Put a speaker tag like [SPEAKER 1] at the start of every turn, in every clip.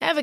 [SPEAKER 1] Ever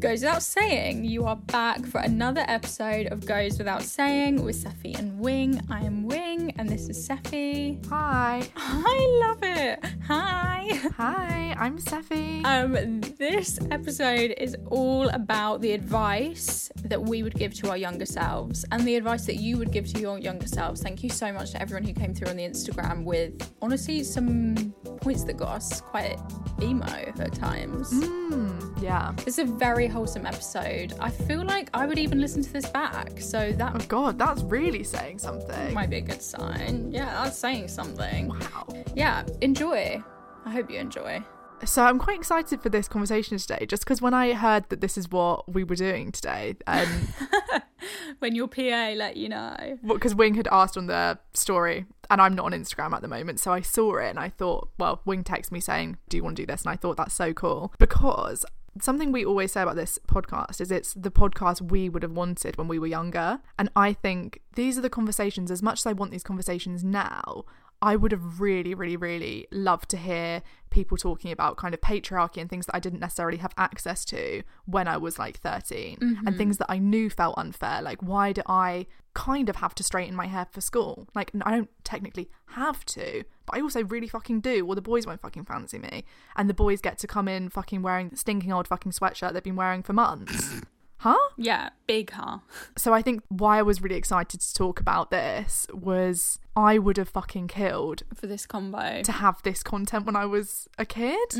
[SPEAKER 2] Goes Without Saying, you are back for another episode of Goes Without Saying with Seffi and Wing. I am Wing and this is Seffi.
[SPEAKER 3] Hi.
[SPEAKER 2] I love it. Hi.
[SPEAKER 3] Hi, I'm Seffi.
[SPEAKER 2] Um, this episode is all about the advice that we would give to our younger selves and the advice that you would give to your younger selves. Thank you so much to everyone who came through on the Instagram with honestly some points that got us quite emo at times.
[SPEAKER 3] yeah.
[SPEAKER 2] It's a very wholesome episode. I feel like I would even listen to this back, so that
[SPEAKER 3] Oh god, that's really saying something.
[SPEAKER 2] might be a good sign. Yeah, that's saying something.
[SPEAKER 3] wow.
[SPEAKER 2] Yeah, enjoy. I hope you enjoy.
[SPEAKER 3] So I'm quite excited for this conversation today, just because when I heard that this is what we were doing today, um, and
[SPEAKER 2] When your PA let you know.
[SPEAKER 3] because Wing had asked on the story, and I'm not on Instagram at the moment, so I saw it and I thought, well, Wing texted me saying, "Do you want to do this?" And I thought that's so cool because something we always say about this podcast is it's the podcast we would have wanted when we were younger, and I think these are the conversations. As much as I want these conversations now. I would have really, really, really loved to hear people talking about kind of patriarchy and things that I didn't necessarily have access to when I was like 13 and things that I knew felt unfair. Like, why do I kind of have to straighten my hair for school. Like, n- I don't technically have to, but I also really fucking do, or the boys won't fucking fancy me. And the boys get to come in fucking wearing the stinking old fucking sweatshirt they've been wearing for months. huh?
[SPEAKER 2] Yeah, big huh?
[SPEAKER 3] So I think why I was really excited to talk about this was I would have fucking killed
[SPEAKER 2] For this combo.
[SPEAKER 3] to have this content when I was a kid.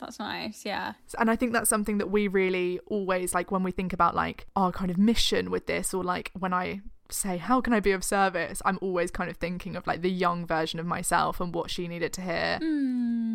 [SPEAKER 2] That's nice, yeah.
[SPEAKER 3] And I think that's something that we really always like when we think about like our kind of mission with this, or like when I say, How can I be of service? I'm always kind of thinking of like the young version of myself and what she needed to hear.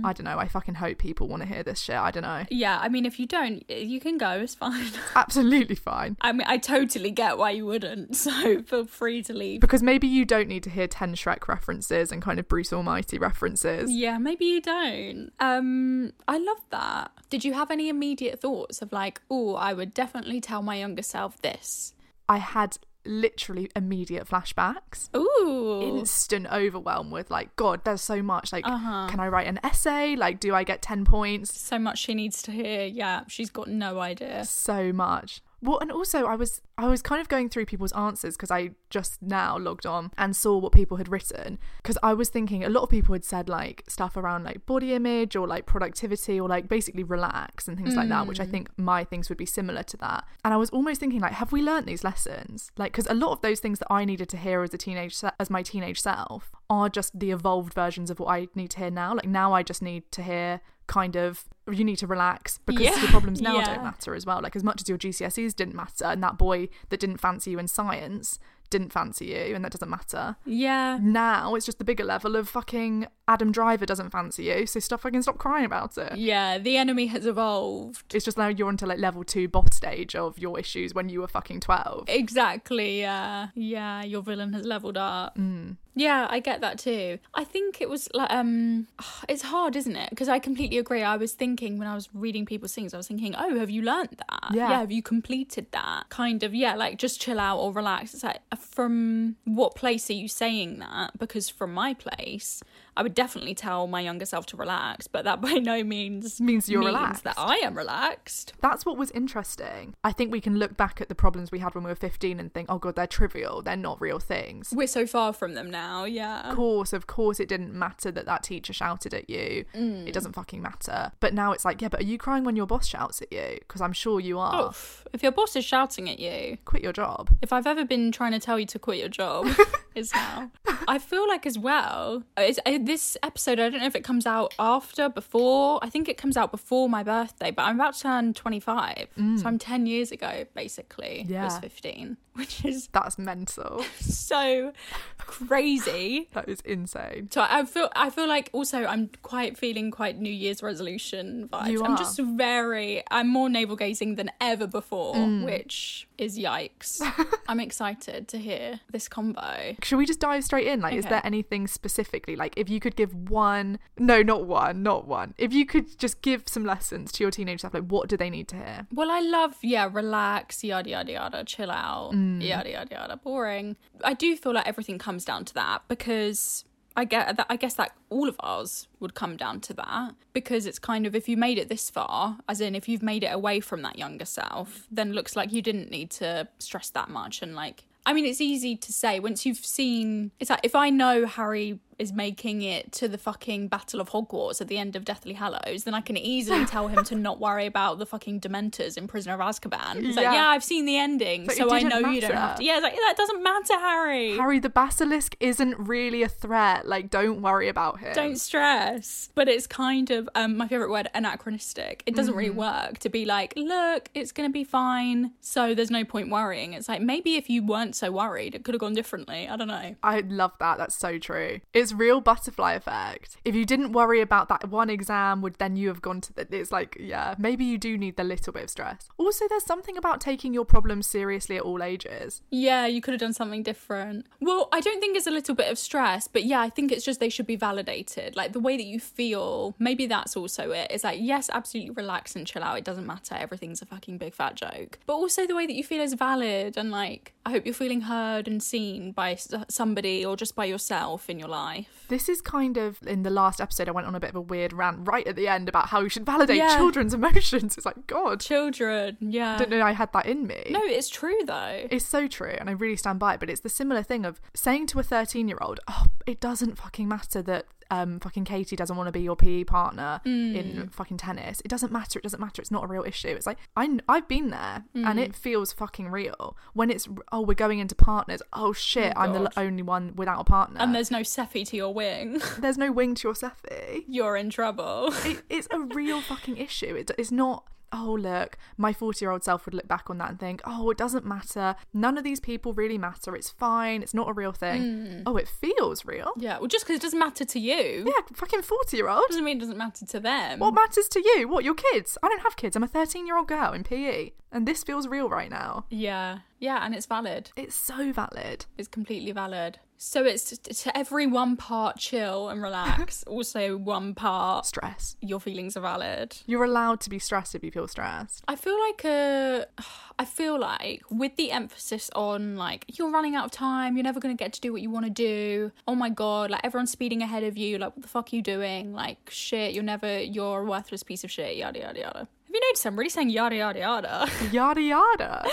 [SPEAKER 3] I don't know. I fucking hope people want to hear this shit. I don't know.
[SPEAKER 2] Yeah, I mean, if you don't, you can go, it's fine.
[SPEAKER 3] Absolutely fine.
[SPEAKER 2] I mean, I totally get why you wouldn't, so feel free to leave.
[SPEAKER 3] Because maybe you don't need to hear 10 Shrek references and kind of Bruce Almighty references.
[SPEAKER 2] Yeah, maybe you don't. Um, I love that. Did you have any immediate thoughts of like, oh, I would definitely tell my younger self this?
[SPEAKER 3] I had literally immediate flashbacks.
[SPEAKER 2] Ooh,
[SPEAKER 3] instant overwhelm with like god there's so much like can i write an essay like do i get 10 points
[SPEAKER 2] so much she needs to hear. Yeah, she's got no idea.
[SPEAKER 3] so much well and also i was i was kind of going through people's answers because i just now logged on and saw what people had written because i was thinking a lot of people had said like stuff around like body image or like productivity or like basically relax and things like that which i think my things would be similar to that and i was almost thinking like have we learned these lessons like because a lot of those things that i needed to hear as a teenage se- as my teenage self are just the evolved versions of what i need to hear now like now i just need to hear kind of you need to relax because
[SPEAKER 2] Yeah.
[SPEAKER 3] your problems now
[SPEAKER 2] Yeah.
[SPEAKER 3] don't matter matter as well. Like as much as your GCSEs didn't matter, and that boy that didn't fancy you in science didn't fancy you, and that doesn't matter.
[SPEAKER 2] Yeah.
[SPEAKER 3] Now it's just the bigger level of fucking Adam Driver doesn't fancy you, so stop fucking stop crying about it.
[SPEAKER 2] Yeah, the enemy has evolved.
[SPEAKER 3] It's just now you're onto like level two boss stage of your issues when you were fucking twelve.
[SPEAKER 2] Exactly, yeah. Yeah, your villain has leveled up.
[SPEAKER 3] Mm.
[SPEAKER 2] Yeah, I get that too. I think it was like um it's hard, isn't it? Because I completely agree. I was thinking when I was reading people's things, I was thinking, "Oh, have you learnt that?
[SPEAKER 3] Yeah.
[SPEAKER 2] have you completed that?" Kind of, yeah, like just chill out or relax. It's like from what place are you saying that? Because from my place, I would definitely tell my younger self to relax, but that by no means
[SPEAKER 3] Means you're relaxed.
[SPEAKER 2] that I am relaxed.
[SPEAKER 3] That's what was interesting. I think we can look back at the problems we had when we were 15 and think, oh God, they're trivial. They're not real things.
[SPEAKER 2] We're so far from them now, yeah.
[SPEAKER 3] Of course, of course, it didn't matter that that teacher shouted at you. It doesn't
[SPEAKER 2] Mm.
[SPEAKER 3] fucking matter. But now it's like, yeah, but are you crying when your boss shouts at you? Because I'm sure you are.
[SPEAKER 2] Oof. If your boss is shouting at you,
[SPEAKER 3] Quit your job.
[SPEAKER 2] if I've ever been trying to tell you to quit your job, it's now. I feel like as well, it's, uh, this episode, I don't know if it comes out after, before. I think it comes out before my birthday, but I'm about to turn 25. So I'm 10 years ago, basically.
[SPEAKER 3] Yeah.
[SPEAKER 2] was 15, which is
[SPEAKER 3] That's mental.
[SPEAKER 2] so crazy.
[SPEAKER 3] that is insane.
[SPEAKER 2] So I feel I feel like also I'm quite feeling quite New Year's resolution vibes.
[SPEAKER 3] You
[SPEAKER 2] I'm
[SPEAKER 3] are.
[SPEAKER 2] just very I'm more navel gazing than ever before,
[SPEAKER 3] Mm.
[SPEAKER 2] which is yikes. I'm excited to hear this combo.
[SPEAKER 3] Should we just dive straight in? Like, is
[SPEAKER 2] Okay.
[SPEAKER 3] there anything specifically? Like, if you could give one, no, not one, not one. If you could just give some lessons to your teenage self, like, what do they need to hear?
[SPEAKER 2] Well, I love yeah, relax, yada yada yada, chill out, yada yada yada, boring. I do feel like everything comes down to that because I get that. I guess that all of ours would come down to that because it's kind of if you made it this far, as in if you've made it away from that younger self, then looks like you didn't need to stress that much and like. I mean, it's easy to say once you've seen. It's like if I know Harry is making it to the fucking Battle of Hogwarts at the end of Deathly Hallows, then I can easily tell him to not worry about the fucking Dementors in Prisoner of Azkaban. It's like,
[SPEAKER 3] Yeah.
[SPEAKER 2] yeah, I've seen the ending,
[SPEAKER 3] But it
[SPEAKER 2] so I know
[SPEAKER 3] didn't
[SPEAKER 2] you don't have
[SPEAKER 3] matter.
[SPEAKER 2] to. Yeah, it's like that doesn't matter, Harry.
[SPEAKER 3] Harry, the basilisk isn't really a threat. Like, don't worry about him.
[SPEAKER 2] Don't stress. But it's kind of um, my favorite word, anachronistic. It doesn't really
[SPEAKER 3] Mm-hmm.
[SPEAKER 2] work to be like, look, it's going to be fine. So there's no point worrying. It's like maybe if you weren't so worried, it could have gone differently. I don't know.
[SPEAKER 3] I love that. That's so true. It's real butterfly effect. If you didn't worry about that one exam, would then you have gone to the? It's like yeah, maybe you do need the little bit of stress. Also, there's something about taking your problems seriously at all ages.
[SPEAKER 2] Yeah, you could have done something different. Well, I don't think it's a little bit of stress, but yeah, I think it's just they should be validated. Like the way that you feel, maybe that's also it. It's like, yes, absolutely relax and chill out. It doesn't matter. Everything's a fucking big fat joke. But also the way that you feel is valid. And like, I hope you're feeling heard and seen by s- somebody or just by yourself in your life.
[SPEAKER 3] This is kind of in the last episode. I went on a bit of a weird rant right at the end about how you should validate
[SPEAKER 2] Yeah.
[SPEAKER 3] children's emotions. It's like God,
[SPEAKER 2] Children, yeah.
[SPEAKER 3] I didn't know I had that in me.
[SPEAKER 2] No, it's true though.
[SPEAKER 3] It's so true, and I really stand by it. But it's the similar thing of saying to a 13 year old, Oh, it doesn't fucking matter that um, fucking Katie doesn't want to be your PE partner
[SPEAKER 2] Mm.
[SPEAKER 3] in fucking tennis. It doesn't matter. It doesn't matter. It's not a real issue. It's like, I, kn- I've been there, and
[SPEAKER 2] Mm.
[SPEAKER 3] it feels fucking real. When it's, Oh, we're going into partners. Oh, shit, I'm the l- only one without a partner.
[SPEAKER 2] And there's no Seffi to your wing.
[SPEAKER 3] there's no wing to your Seffi.
[SPEAKER 2] You're in trouble.
[SPEAKER 3] It, it's a real fucking issue. It, it's not. Oh look, my forty-year-old self would look back on that and think, "Oh, it doesn't matter. None of these people really matter. It's fine. It's not a real thing. Oh, it feels real.
[SPEAKER 2] yeah, Mm. well, just because it doesn't matter to you
[SPEAKER 3] Yeah, fucking forty-year-old.
[SPEAKER 2] doesn't mean it doesn't matter to them.
[SPEAKER 3] What matters to you? What your kids? I don't have kids. I'm a thirteen-year-old girl in PE, and this feels real right now.
[SPEAKER 2] Yeah, yeah, and it's valid.
[SPEAKER 3] It's so valid.
[SPEAKER 2] It's completely valid. So it's t- to every one part chill and relax. also, one part
[SPEAKER 3] Stress.
[SPEAKER 2] your feelings are valid.
[SPEAKER 3] You're allowed to be stressed if you feel stressed.
[SPEAKER 2] I feel like a, I feel like with the emphasis on like you're running out of time, you're never gonna get to do what you want to do. Oh my god, like everyone's speeding ahead of you. Like what the fuck are you doing? Like shit, you're never, you're a worthless piece of shit. Yada yada yada. Have you noticed I'm really saying yada yada yada?
[SPEAKER 3] Yada yada.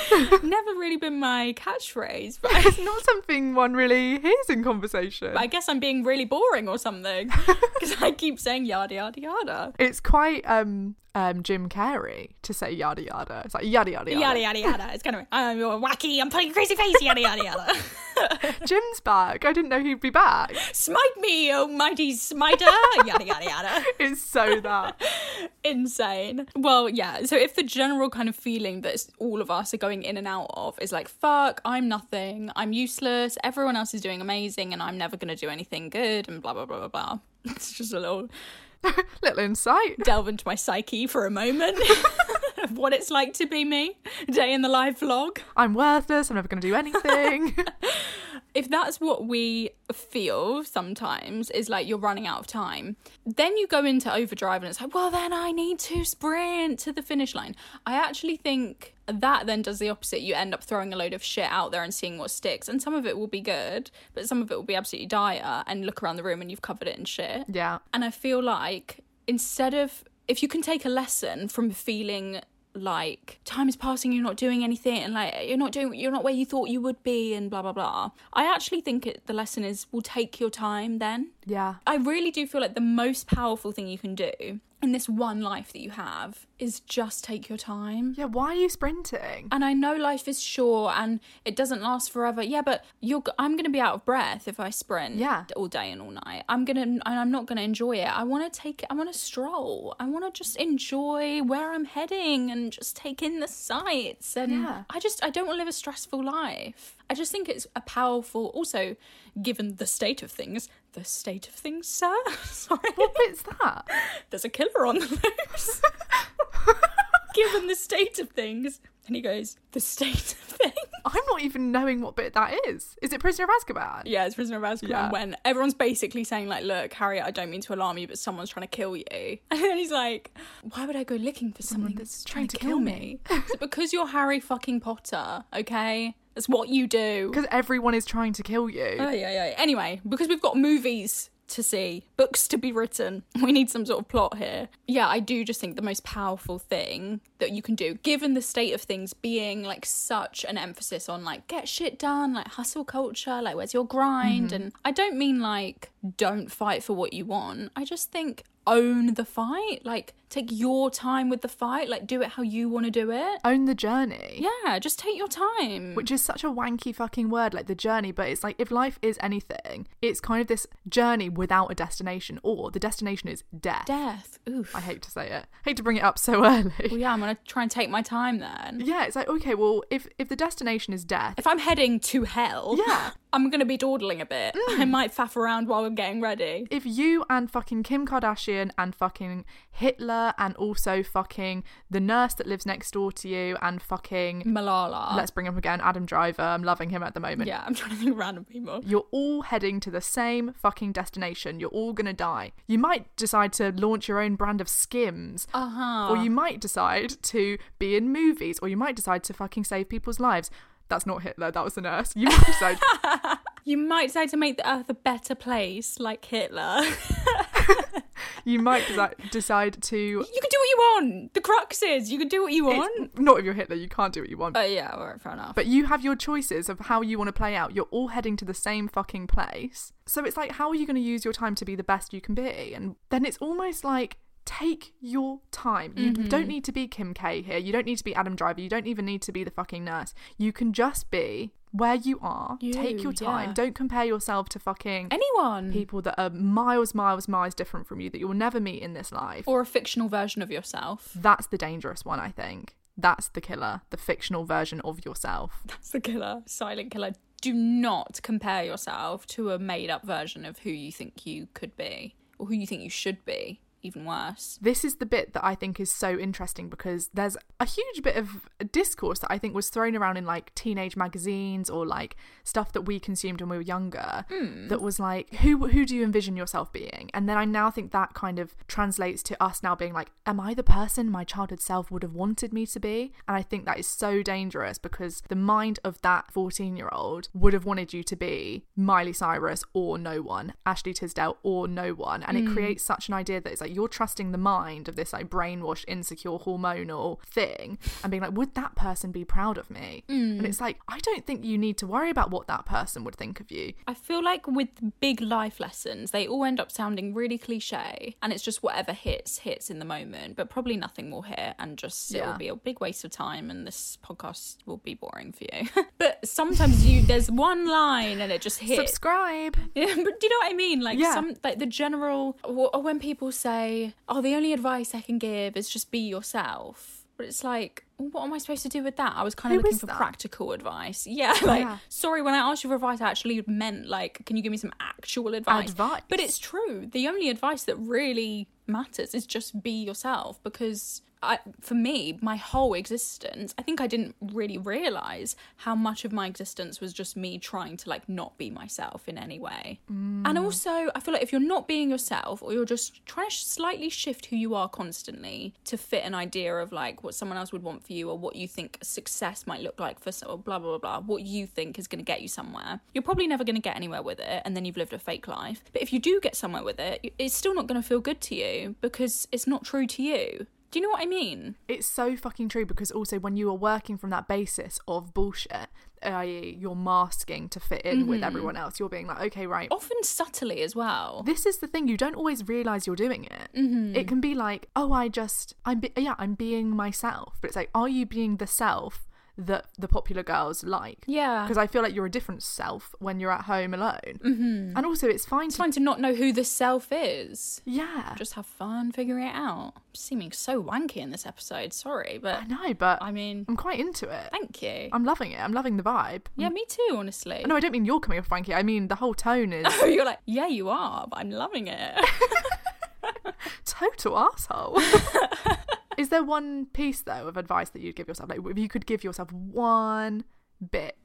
[SPEAKER 2] never really been my catchphrase, but
[SPEAKER 3] it's not something one really hears in conversation.
[SPEAKER 2] I guess I'm being really boring or something because I keep saying yada yada yada.
[SPEAKER 3] It's quite um um Jim Carrey to say yada yada. It's like yada yada yada.
[SPEAKER 2] Yada yada yada. It's kind of I'm wacky. I'm putting a crazy face. Yada yada yada.
[SPEAKER 3] Jim's back. I didn't know he'd be back.
[SPEAKER 2] Smite me, oh mighty smiter. Yada yada yada.
[SPEAKER 3] It's so that.
[SPEAKER 2] Insane. Well, yeah. So if the general kind of feeling that all of us are going in and out of is like fuck, I'm nothing. I'm useless. Everyone else is doing amazing, and I'm never gonna do anything good. And blah blah blah blah blah. It's just a little
[SPEAKER 3] Little insight.
[SPEAKER 2] delve into my psyche for a moment of what it's like to be me. Day in the live vlog.
[SPEAKER 3] I'm worthless. I'm never going to do anything.
[SPEAKER 2] if that's what we feel sometimes is like you're running out of time, then you go into overdrive and it's like, well, then I need to sprint to the finish line. I actually think that then does the opposite. You end up throwing a load of shit out there and seeing what sticks. And some of it will be good, but some of it will be absolutely dire. And look around the room and you've covered it in shit.
[SPEAKER 3] Yeah.
[SPEAKER 2] And I feel like instead of if you can take a lesson from feeling like time is passing, you're not doing anything, and like you're not doing, you're not where you thought you would be, and blah blah blah. I actually think it, the lesson is will take your time. Then
[SPEAKER 3] Yeah.
[SPEAKER 2] I really do feel like the most powerful thing you can do in this one life that you have is just take your time.
[SPEAKER 3] Yeah, why are you sprinting?
[SPEAKER 2] And I know life is short and it doesn't last forever. Yeah, but you're g- I'm going to be out of breath if I sprint
[SPEAKER 3] Yeah.
[SPEAKER 2] all day and all night. I'm going to and I'm not going to enjoy it. I want to take I want to stroll. I want to just enjoy where I'm heading and just take in the sights and
[SPEAKER 3] Yeah.
[SPEAKER 2] I just I don't want to live a stressful life. I just think it's a powerful also given the state of things, the state of things, sir. Sorry
[SPEAKER 3] What bit's that?
[SPEAKER 2] there's a killer on the loose. Given the state of things. And he goes, the state of things.
[SPEAKER 3] I'm not even knowing what bit that is. Is it Prisoner of Azkaban?
[SPEAKER 2] Yeah, it's Prisoner of Azkaban
[SPEAKER 3] Yeah.
[SPEAKER 2] when everyone's basically saying, like, look, Harriet, I don't mean to alarm you, but someone's trying to kill you. And then he's like, why would I go looking for someone that's trying to kill me? Is it because you're Harry fucking Potter, okay? That's what you do.
[SPEAKER 3] Because everyone is trying to kill you.
[SPEAKER 2] Oh, yeah, yeah. Anyway, because we've got movies to see, books to be written, we need some sort of plot here. Yeah, I do just think the most powerful thing that you can do, given the state of things being like such an emphasis on like get shit done, like hustle culture, like where's your grind?
[SPEAKER 3] Mm-hmm.
[SPEAKER 2] And I don't mean like don't fight for what you want. I just think own the fight, like take your time with the fight, like do it how you want to do it.
[SPEAKER 3] Own the journey.
[SPEAKER 2] Yeah, just take your time.
[SPEAKER 3] Which is such a wanky fucking word, like the journey, but it's like if life is anything, it's kind of this journey without a destination, or the destination is death.
[SPEAKER 2] death. Oof.
[SPEAKER 3] I hate to say it. hate to bring it up so early.
[SPEAKER 2] Well, yeah, I'm gonna try and take my time then.
[SPEAKER 3] Yeah, it's like, okay, well, if if the destination is death,
[SPEAKER 2] If I'm heading to hell,
[SPEAKER 3] Yeah. Mm.
[SPEAKER 2] I'm gonna be dawdling a bit. I might faff around while I'm getting ready.
[SPEAKER 3] if you and fucking Kim Kardashian and fucking Hitler and also fucking the nurse that lives next door to you and fucking
[SPEAKER 2] Malala.
[SPEAKER 3] let's bring him again, Adam Driver, I'm loving him at the moment.
[SPEAKER 2] yeah, I'm trying to think of random people.
[SPEAKER 3] You're all heading to the same fucking destination. You're all gonna die. You might decide to launch your own brand of skims.
[SPEAKER 2] Uh huh.
[SPEAKER 3] Or you might decide to be in movies, or you might decide to fucking save people's lives. That's not Hitler, that was the nurse. You might decide
[SPEAKER 2] You might decide to make the earth a better place, like Hitler.
[SPEAKER 3] you might desi- decide to
[SPEAKER 2] you can do what you want. The crux is you can do what you want.
[SPEAKER 3] It's- not if you're Hitler, you can't do what you want.
[SPEAKER 2] But yeah, all right, fair enough.
[SPEAKER 3] But you have your choices of how you want to play out. You're all heading to the same fucking place. So it's like, how are you going to use your time to be the best you can be? And then it's almost like, take your time. You
[SPEAKER 2] Mm-hmm.
[SPEAKER 3] don't need to be Kim K here. You don't need to be Adam Driver. You don't even need to be the fucking nurse. You can just be where you are. take
[SPEAKER 2] You,
[SPEAKER 3] your time.
[SPEAKER 2] yeah.
[SPEAKER 3] Don't compare yourself to fucking
[SPEAKER 2] Anyone.
[SPEAKER 3] people that are miles, miles, miles different from you that you will never meet in this life.
[SPEAKER 2] Or a fictional version of yourself.
[SPEAKER 3] That's the dangerous one, I think. That's the killer, the fictional version of yourself.
[SPEAKER 2] That's the killer. Silent killer. Do not compare yourself to a made up version of who you think you could be or who you think you should be. Even worse.
[SPEAKER 3] This is the bit that I think is so interesting because there's a huge bit of discourse that I think was thrown around in like teenage magazines or like stuff that we consumed when we were younger that was like who who do you envision yourself being? And then I now think that kind of translates to us now being like am I the person my childhood self would have wanted me to be? And I think that is so dangerous because the mind of that 14-year-old would have wanted you to be Miley Cyrus or no one, Ashley Tisdale or no one, and it creates such an idea that it's like you're trusting the mind of this like brainwashed, insecure, hormonal thing, and being like, would that person be proud of me? And it's like I don't think you need to worry about what that person would think of you.
[SPEAKER 2] I feel like with big life lessons, they all end up sounding really cliche, and it's just whatever hits hits in the moment. But probably nothing will hit, and just it
[SPEAKER 3] Yeah.
[SPEAKER 2] will be a big waste of time, and this podcast will be boring for you. but sometimes you there's one line, and it just hits.
[SPEAKER 3] Subscribe.
[SPEAKER 2] Yeah, but do you know what I mean? Like
[SPEAKER 3] Yeah.
[SPEAKER 2] some like the general or or when people say, "Oh, the only advice I can give is just be yourself." But it's like, what am I supposed to do with that? I was kind
[SPEAKER 3] Who
[SPEAKER 2] of looking
[SPEAKER 3] is
[SPEAKER 2] for
[SPEAKER 3] that? Oh,
[SPEAKER 2] practical advice. Yeah, like
[SPEAKER 3] Yeah.
[SPEAKER 2] sorry, when I asked you for advice, I actually meant like, can you give me some actual advice?
[SPEAKER 3] Advice.
[SPEAKER 2] But it's true. The only advice that really matters is just be yourself because I, for me, my whole existence, I think I didn't really realize how much of my existence was just me trying to like not be myself in any way. And also, I feel like if you're not being yourself or you're just trying to slightly shift who you are constantly to fit an idea of like what someone else would want for you or what you think success might look like for someone, blah, blah, blah, blah, what you think is going to get you somewhere, you're probably never going to get anywhere with it. And then you've lived a fake life. But if you do get somewhere with it, it's still not going to feel good to you because it's not true to you. Do you know what I mean?
[SPEAKER 3] It's so fucking true because also when you are working from that basis of bullshit, i.e., you're masking to fit in with everyone else, you're being like, okay, right.
[SPEAKER 2] Often subtly as well.
[SPEAKER 3] This is the thing you don't always realize you're doing it.
[SPEAKER 2] Mm-hmm.
[SPEAKER 3] It can be like, oh, I just, I'm, be- yeah, I'm being myself, but it's like, are you being the self that the popular girls like?
[SPEAKER 2] Yeah.
[SPEAKER 3] because I feel like you're a different self when you're at home alone, mm-hmm. and also it's fine
[SPEAKER 2] It's
[SPEAKER 3] to,
[SPEAKER 2] fine to not know who the self is.
[SPEAKER 3] yeah,
[SPEAKER 2] Just have fun figuring it out. I'm seeming so wanky in this episode, sorry, but
[SPEAKER 3] I know, but
[SPEAKER 2] I mean-
[SPEAKER 3] I'm quite into it.
[SPEAKER 2] thank you.
[SPEAKER 3] I'm loving it. I'm loving the vibe.
[SPEAKER 2] yeah, me too, honestly.
[SPEAKER 3] No, I don't mean you're coming off Frankie. I mean the whole tone is
[SPEAKER 2] You're like, yeah, you are, but I'm loving it.
[SPEAKER 3] total asshole. is there one piece though of advice that you'd give yourself? Like if you could give yourself one bit,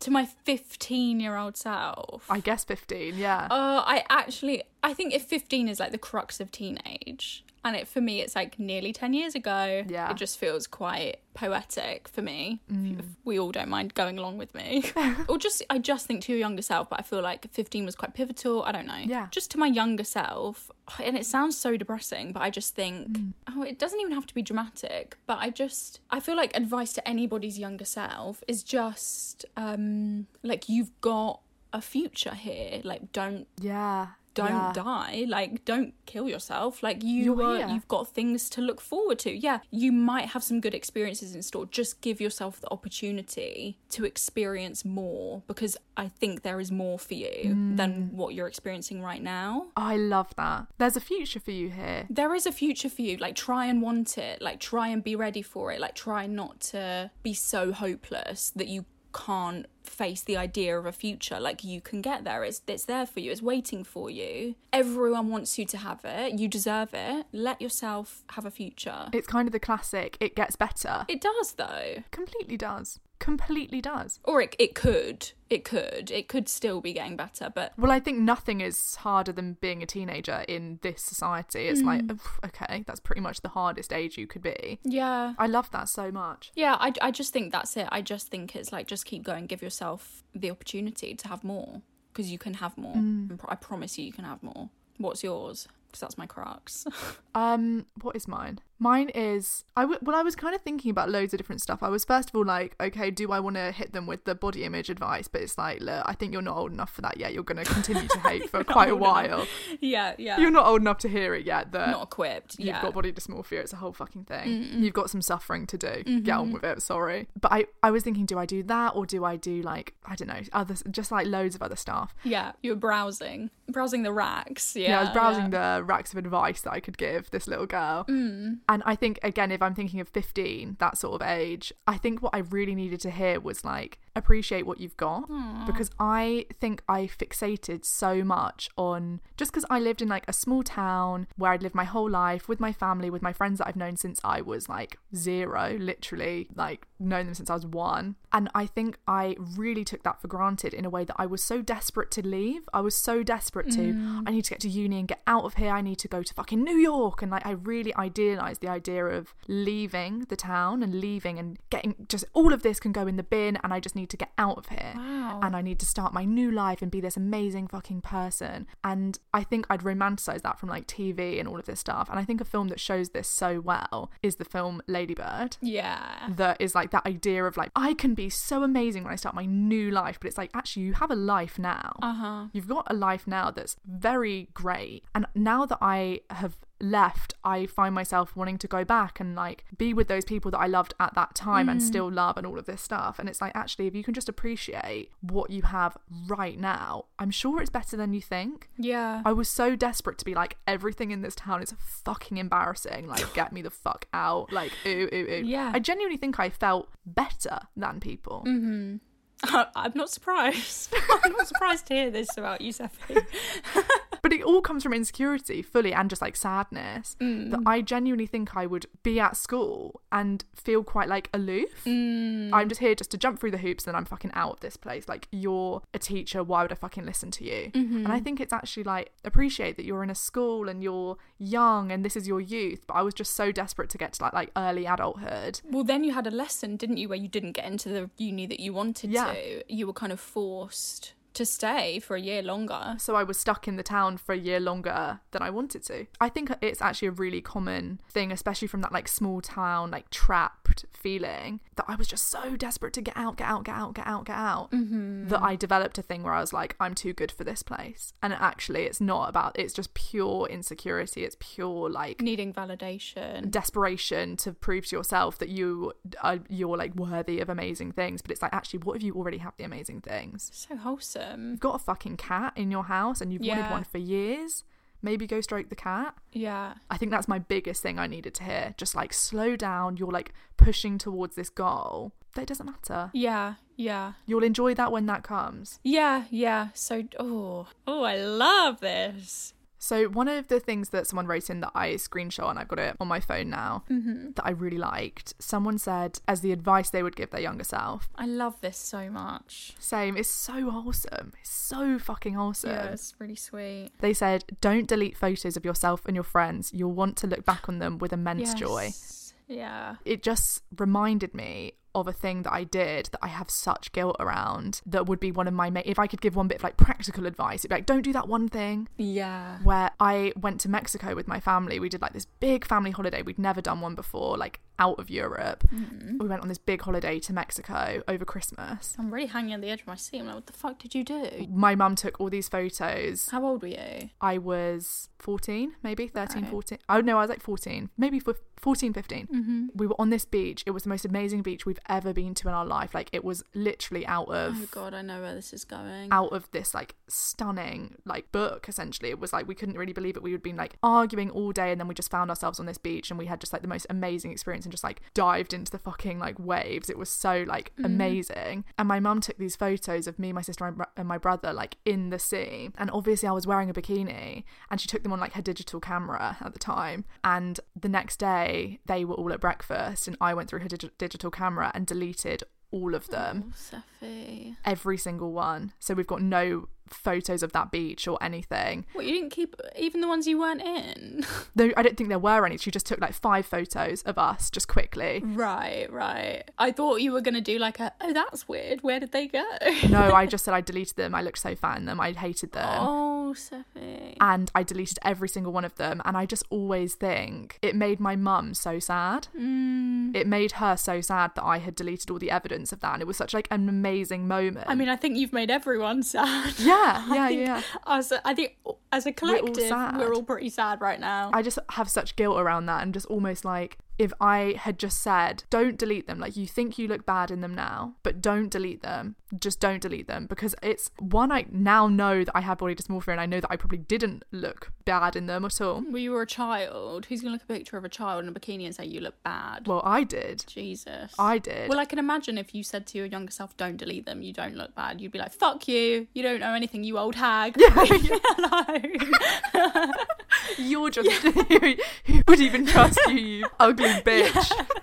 [SPEAKER 2] to my 15 year old self.
[SPEAKER 3] I guess fifteen. Yeah,
[SPEAKER 2] Uh, I actually, I think if 15 is like the crux of teenage, and it for me, it's like nearly 10 years ago.
[SPEAKER 3] Yeah. Mm.
[SPEAKER 2] It just feels quite poetic for me. If we all don't mind going along with me. or just, I just think to your younger self, but I feel like 15 was quite pivotal. I don't know.
[SPEAKER 3] Yeah.
[SPEAKER 2] Just to my younger self, and it sounds so depressing, but I just think,
[SPEAKER 3] Mm.
[SPEAKER 2] oh, it doesn't even have to be dramatic, but I just, I feel like advice to anybody's younger self is just um, like you've got a future here like don't
[SPEAKER 3] yeah.
[SPEAKER 2] don't
[SPEAKER 3] yeah.
[SPEAKER 2] die like don't kill yourself like you
[SPEAKER 3] You're
[SPEAKER 2] are,
[SPEAKER 3] here.
[SPEAKER 2] you've got things to look forward to yeah you might have some good experiences in store just give yourself the opportunity to experience more because i think there is more for you
[SPEAKER 3] Mm.
[SPEAKER 2] than what you're experiencing right now
[SPEAKER 3] I love that. There's a future for you here.
[SPEAKER 2] there is a future for you like try and want it like try and be ready for it like try not to be so hopeless that you can't face the idea of a future like you can get there it's it's there for you it's waiting for you everyone wants you to have it you deserve it let yourself have a future
[SPEAKER 3] It's kind of the classic. It gets better.
[SPEAKER 2] it does though
[SPEAKER 3] completely does. Completely does.
[SPEAKER 2] or it, it could it could it could still be getting better but
[SPEAKER 3] Well, I think nothing is harder than being a teenager in this society. It's like, "Oof, okay, that's pretty much the hardest age you could be.
[SPEAKER 2] yeah
[SPEAKER 3] I love that so much.
[SPEAKER 2] yeah I, I just think that's it i just think it's like just keep going give yourself the opportunity to have more because you can have more
[SPEAKER 3] Mm.
[SPEAKER 2] And pro- i promise you you can have more what's yours because that's my crux
[SPEAKER 3] Um, what is mine? Mine is I w- well, I was kind of thinking about loads of different stuff. I was first of all like, okay, do I want to hit them with the body image advice? But it's like, look, I think you're not old enough for that yet. You're going to continue to hate for quite a while.
[SPEAKER 2] yeah yeah
[SPEAKER 3] You're not old enough to hear it yet. That
[SPEAKER 2] not equipped
[SPEAKER 3] You've
[SPEAKER 2] yeah
[SPEAKER 3] got body dysmorphia. It's a whole fucking thing. You've got some suffering to do. Get
[SPEAKER 2] Mm-hmm.
[SPEAKER 3] on with it. Sorry. But I, I was thinking, do I do that or do I do like, I don't know, other, just like loads of other stuff.
[SPEAKER 2] yeah you were browsing browsing the racks yeah,
[SPEAKER 3] Yeah, Mm. I was browsing the racks of advice that I could give this little girl. And I think, again, if I'm thinking of 15, that sort of age, I think what I really needed to hear was like, appreciate what you've got. Because I think I fixated so much on just because I lived in like a small town where I'd lived my whole life with my family, with my friends that I've known since I was like zero, literally, like known them since I was one. And I think I really took that for granted in a way that I was so desperate to leave. I was so desperate to, I need to get to uni and get out of here. I need to go to fucking New York. And like, I really idealized the idea of leaving the town and leaving and getting just all of this can go in the bin and I just need to get out of here. And I need to start my new life and be this amazing fucking person. And I think I'd romanticize that from like TV and all of this stuff. And I think a film that shows this so well is the film Ladybird
[SPEAKER 2] yeah
[SPEAKER 3] that is like that idea of like I can be so amazing when I start my new life, but it's like actually you have a life now. Uh-huh. You've got a life now that's very great. And now that I have left, I find myself wanting to go back and like be with those people that I loved at that time and still love and all of this stuff. And it's like actually if you can just appreciate what you have right now, I'm sure it's better than you think.
[SPEAKER 2] yeah
[SPEAKER 3] I was so desperate to be like, everything in this town is fucking embarrassing. Like, get me the fuck out. Like, ooh, ooh, ooh.
[SPEAKER 2] Yeah.
[SPEAKER 3] I genuinely think I felt better than people.
[SPEAKER 2] i'm not surprised i'm not surprised to hear this about you Sephi.
[SPEAKER 3] But it all comes from insecurity fully and just like sadness that I genuinely think I would be at school and feel quite like aloof. I'm just here just to jump through the hoops and then I'm fucking out of this place. Like you're a teacher, why would I fucking listen to you? And I think it's actually like appreciate that you're in a school and you're young and this is your youth, but I was just so desperate to get to like like early adulthood.
[SPEAKER 2] Well, then you had a lesson, didn't you, where you didn't get into the uni that you wanted
[SPEAKER 3] Yeah.
[SPEAKER 2] to. You were kind of forced to stay for a year longer.
[SPEAKER 3] So I was stuck in the town for a year longer than I wanted to. I think it's actually a really common thing, especially from that like small town, like trapped feeling that I was just so desperate to get out, get out, get out, get out, get out that I developed a thing where I was like, I'm too good for this place. And actually, it's not about, it's just pure insecurity. It's pure like
[SPEAKER 2] Needing validation.
[SPEAKER 3] desperation to prove to yourself that you are you're like worthy of amazing things but it's like actually what if you already have the amazing things
[SPEAKER 2] So wholesome.
[SPEAKER 3] you've got a fucking cat in your house and you've wanted
[SPEAKER 2] Yeah.
[SPEAKER 3] one for years, maybe go stroke the cat.
[SPEAKER 2] Yeah.
[SPEAKER 3] I think that's my biggest thing I needed to hear. Just like slow down, you're like pushing towards this goal. But it doesn't matter.
[SPEAKER 2] Yeah. Yeah.
[SPEAKER 3] You'll enjoy that when that comes.
[SPEAKER 2] Yeah. Yeah. So, oh, oh, I love this.
[SPEAKER 3] So one of the things that someone wrote in that I screenshot and I've got it on my phone now
[SPEAKER 2] Mm-hmm.
[SPEAKER 3] that I really liked. Someone said as the advice they would give their younger self.
[SPEAKER 2] I love this so much.
[SPEAKER 3] Same. It's so wholesome. It's so fucking wholesome.
[SPEAKER 2] Yeah, it's really sweet.
[SPEAKER 3] They said, "Don't delete photos of yourself and your friends. You'll want to look back on them with immense joy."
[SPEAKER 2] Yes. Yeah.
[SPEAKER 3] it just reminded me of a thing that I did that I have such guilt around that would be one of my ma- if I could give one bit of like practical advice it'd be like don't do that one thing
[SPEAKER 2] Yeah.
[SPEAKER 3] where I went to Mexico with my family we did like this big family holiday we'd never done one before like out of Europe we went on this big holiday to Mexico over Christmas
[SPEAKER 2] I'm really hanging on the edge of my seat. I'm like, what the fuck did you do?
[SPEAKER 3] my mum took all these photos
[SPEAKER 2] How old were you?
[SPEAKER 3] I was 14, maybe 13,
[SPEAKER 2] Right.
[SPEAKER 3] 14. Oh no, I was like 14, maybe fif- 14, 15.
[SPEAKER 2] Mm-hmm.
[SPEAKER 3] We were on this beach. It was the most amazing beach we've ever been to in our life. Like it was literally out of
[SPEAKER 2] Oh god, I know where this is going.
[SPEAKER 3] out of this like stunning like book essentially it was like we couldn't really believe it we had been like arguing all day and then we just found ourselves on this beach and we had just like the most amazing experience and just like dived into the fucking like waves it was so like amazing and my mum took these photos of me my sister and my bro- and my brother like in the sea and obviously I was wearing a bikini and she took them on like her digital camera at the time and the next day they were all at breakfast and I went through her dig- digital camera and deleted all of them
[SPEAKER 2] Safi.
[SPEAKER 3] every single one. So we've got no photos of that beach or anything.
[SPEAKER 2] What you didn't keep even the ones you weren't in.
[SPEAKER 3] Though I don't think there were any. She just took like five photos of us just quickly.
[SPEAKER 2] right, right. I thought you were gonna do like a oh that's weird. Where did they go?
[SPEAKER 3] No, I just said I deleted them. I looked so fat in them. I hated them.
[SPEAKER 2] Oh, Safi.
[SPEAKER 3] And I deleted every single one of them. And I just always think it made my mum so sad.
[SPEAKER 2] Mm.
[SPEAKER 3] It made her so sad that I had deleted all the evidence of that. And it was such like an amazing moment.
[SPEAKER 2] I mean, I think you've made everyone sad.
[SPEAKER 3] yeah,
[SPEAKER 2] I
[SPEAKER 3] yeah,
[SPEAKER 2] think
[SPEAKER 3] yeah.
[SPEAKER 2] Us, I think as a
[SPEAKER 3] all
[SPEAKER 2] collective, we're
[SPEAKER 3] sad.
[SPEAKER 2] all, pretty sad right now.
[SPEAKER 3] I just have such guilt around that and just almost like if I had just said, don't delete them, like you think you look bad in them now, but don't delete them. Just don't delete them because it's one, I now know that I have body dysmorphia and I know that I probably didn't look bad in them at all.
[SPEAKER 2] well, you were a child. Who's gonna look at a picture of a child in a bikini and say you look bad?
[SPEAKER 3] Well, I did.
[SPEAKER 2] Jesus.
[SPEAKER 3] I did.
[SPEAKER 2] Well, I can imagine if you said to your younger self, "Don't delete them. You don't look bad." You'd be like, "Fuck you. You don't know anything. You old hag." Hello.
[SPEAKER 3] You're just, who would even trust you, you ugly bitch?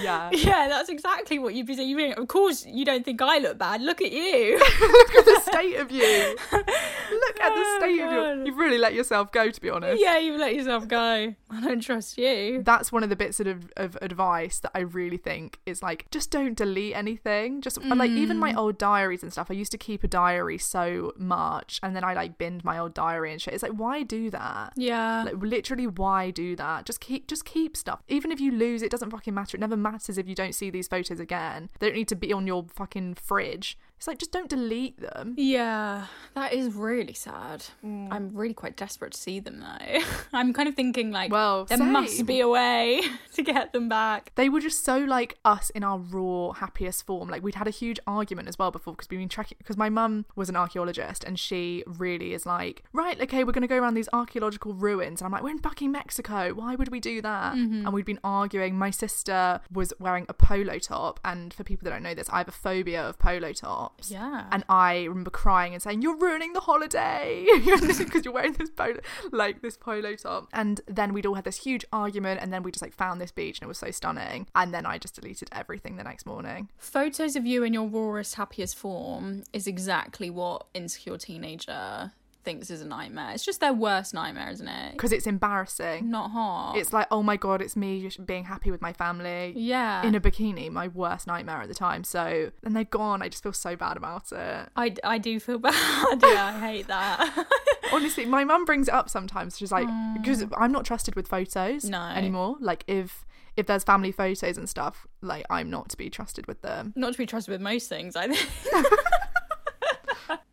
[SPEAKER 3] Yeah.
[SPEAKER 2] yeah, that's exactly what you'd be saying. You'd be like, of course, you don't think I look bad. Look at you.
[SPEAKER 3] Look at the state of you. Look at the
[SPEAKER 2] Oh,
[SPEAKER 3] state of you.
[SPEAKER 2] God.
[SPEAKER 3] You've really let yourself go, to be honest.
[SPEAKER 2] yeah, you let yourself go. I don't trust you.
[SPEAKER 3] that's one of the bits of, of advice that I really think is like just don't delete anything. Just and, like even my old diaries and stuff. I used to keep a diary so much, and then I like binned my old diary and shit. It's like why do that?
[SPEAKER 2] Yeah.
[SPEAKER 3] Like literally, why do that? Just keep, just keep stuff. Even if you lose, it doesn't fucking matter. It never matters if you don't see these photos again. They don't need to be on your fucking fridge. It's like just don't delete them.
[SPEAKER 2] Yeah, that is really sad.
[SPEAKER 3] Mm.
[SPEAKER 2] I'm really quite desperate to see them though. I'm kind of thinking like,
[SPEAKER 3] Well,
[SPEAKER 2] there
[SPEAKER 3] same.
[SPEAKER 2] must be a way to get them back.
[SPEAKER 3] They were just so like us in our raw, happiest form. Like we'd had a huge argument as well before because we've been tracking. Because my mum was an archaeologist and she really is like, right, okay, we're gonna go around these archaeological ruins. And I'm like, we're in fucking Mexico. Why would we do that? And we'd been arguing. My sister was wearing a polo top, and for people that don't know this, I have a phobia of polo tops shops.
[SPEAKER 2] Yeah.
[SPEAKER 3] And I remember crying and saying, "You're ruining the holiday because you're wearing this polo, like this polo top." And then we'd all had this huge argument, and then we just like found this beach and it was so stunning. And then I just deleted everything the next morning.
[SPEAKER 2] Photos of you in your rawest, happiest form is exactly what insecure teenager thinks is a nightmare. It's just their worst nightmare, isn't it?
[SPEAKER 3] because it's embarrassing.
[SPEAKER 2] Not hard.
[SPEAKER 3] It's like, oh my god, it's me just being happy with my family.
[SPEAKER 2] Yeah.
[SPEAKER 3] In a bikini, my worst nightmare at the time. So, and they're gone. I just feel so bad about it.
[SPEAKER 2] I, I do feel bad. yeah, I hate that.
[SPEAKER 3] Honestly, my mum brings it up sometimes. She's like, because I'm not trusted with photos
[SPEAKER 2] Mm. No.
[SPEAKER 3] anymore. Like, if if there's family photos and stuff, like I'm not to be trusted with them.
[SPEAKER 2] Not to be trusted with most things, I think.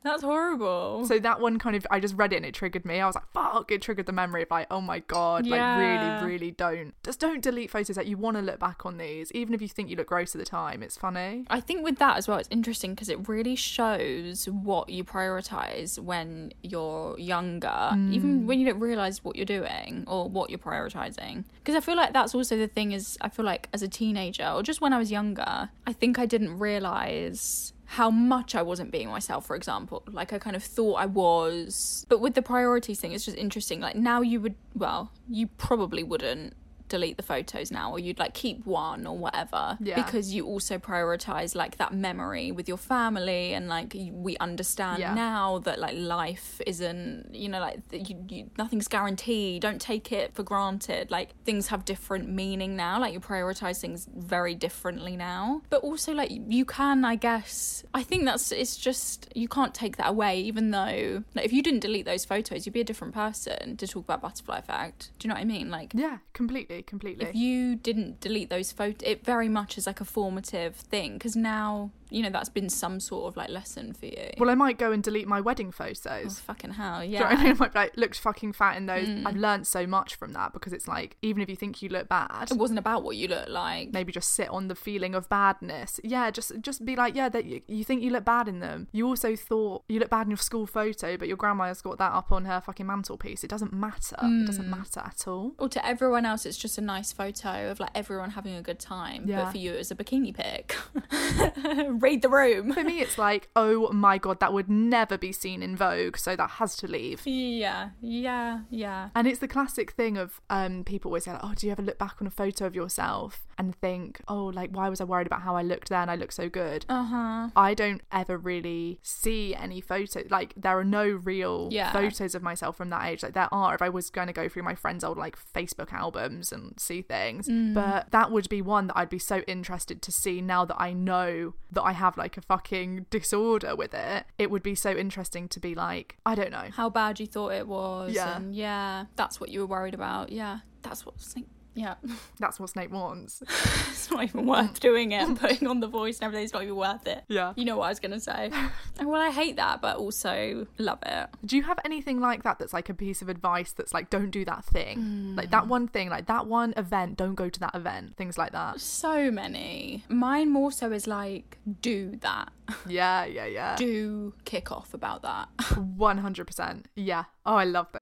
[SPEAKER 2] That's horrible.
[SPEAKER 3] So that one kind of, I just read it and it triggered me. I was like, fuck, it triggered the memory of like, oh my God, like
[SPEAKER 2] Yeah.
[SPEAKER 3] really, really don't. Just don't delete photos that you want to look back on these. Even if you think you look gross at the time, it's funny.
[SPEAKER 2] I think with that as well, it's interesting because it really shows what you prioritize when you're younger, even when you don't realize what you're doing or what you're prioritizing. Because I feel like that's also the thing is, I feel like as a teenager or just when I was younger, I think I didn't realize how much I wasn't being myself, for example. Like I kind of thought I was. But with the priorities thing, it's just interesting. Like now you would, well, you probably wouldn't delete the photos now or you'd like keep one or whatever
[SPEAKER 3] Yeah.
[SPEAKER 2] because you also prioritize like that memory with your family and like you- we understand
[SPEAKER 3] Yeah.
[SPEAKER 2] now that like life isn't you know like that you, you nothing's guaranteed don't take it for granted like things have different meaning now like you prioritize things very differently now but also like you can i guess i think that's it's just you can't take that away even though like if you didn't delete those photos you'd be a different person to talk about butterfly effect do you know what i mean like
[SPEAKER 3] Yeah, completely, completely.
[SPEAKER 2] if you didn't delete those photos it very much is like a formative thing because now you know that's been some sort of like lesson for you
[SPEAKER 3] well, I might go and delete my wedding
[SPEAKER 2] Oh,
[SPEAKER 3] photos.
[SPEAKER 2] fucking hell
[SPEAKER 3] Do you know what I
[SPEAKER 2] yeah Mm.
[SPEAKER 3] mean? I might be like, looked fucking fat in those. I've learned so much from that because it's like, even if you think you look bad,
[SPEAKER 2] it wasn't about what you look like
[SPEAKER 3] maybe just sit on the feeling of badness. Yeah, just just be like, yeah, that you, you think you look bad in them. You also thought you look bad in your school photo, but your grandma's got that up on her fucking mantelpiece. It doesn't matter. It doesn't matter at all.
[SPEAKER 2] or to everyone else it's just a nice photo of like everyone having a good time
[SPEAKER 3] Yeah.
[SPEAKER 2] but for you it was a bikini pic read the room
[SPEAKER 3] For me, it's like, oh my god, that would never be seen in Vogue, so that has to leave.
[SPEAKER 2] yeah yeah yeah
[SPEAKER 3] And it's the classic thing of um, people always say, like, "Oh, do you ever look back on a photo of yourself and think, oh, like why was I worried about how I looked then? I look so good." Uh huh. I don't ever really see any photo. Like there are no real
[SPEAKER 2] Yeah.
[SPEAKER 3] photos of myself from that age. Like there are if I was going to go through my friends' old like Facebook albums and see things, but that would be one that I'd be so interested to see now that I know that I have like a fucking disorder with it. It would be so interesting to be like, I don't know.
[SPEAKER 2] how bad you thought it was
[SPEAKER 3] Yeah.
[SPEAKER 2] and yeah that's what you were worried about yeah that's what yeah
[SPEAKER 3] That's what Snake wants.
[SPEAKER 2] it's not even worth doing it. Putting on the voice and everything, it's not even worth it.
[SPEAKER 3] Yeah.
[SPEAKER 2] You know what I was gonna say. well, I hate that, but also love it.
[SPEAKER 3] Do you have anything like that that's like a piece of advice that's like don't do that thing? Like
[SPEAKER 2] Hmm.
[SPEAKER 3] that one thing, like that one event, don't go to that event, things like that.
[SPEAKER 2] So many. Mine more so is like, do that.
[SPEAKER 3] Yeah, yeah, yeah.
[SPEAKER 2] Do kick off about that.
[SPEAKER 3] 100%. Yeah. Oh, I love that.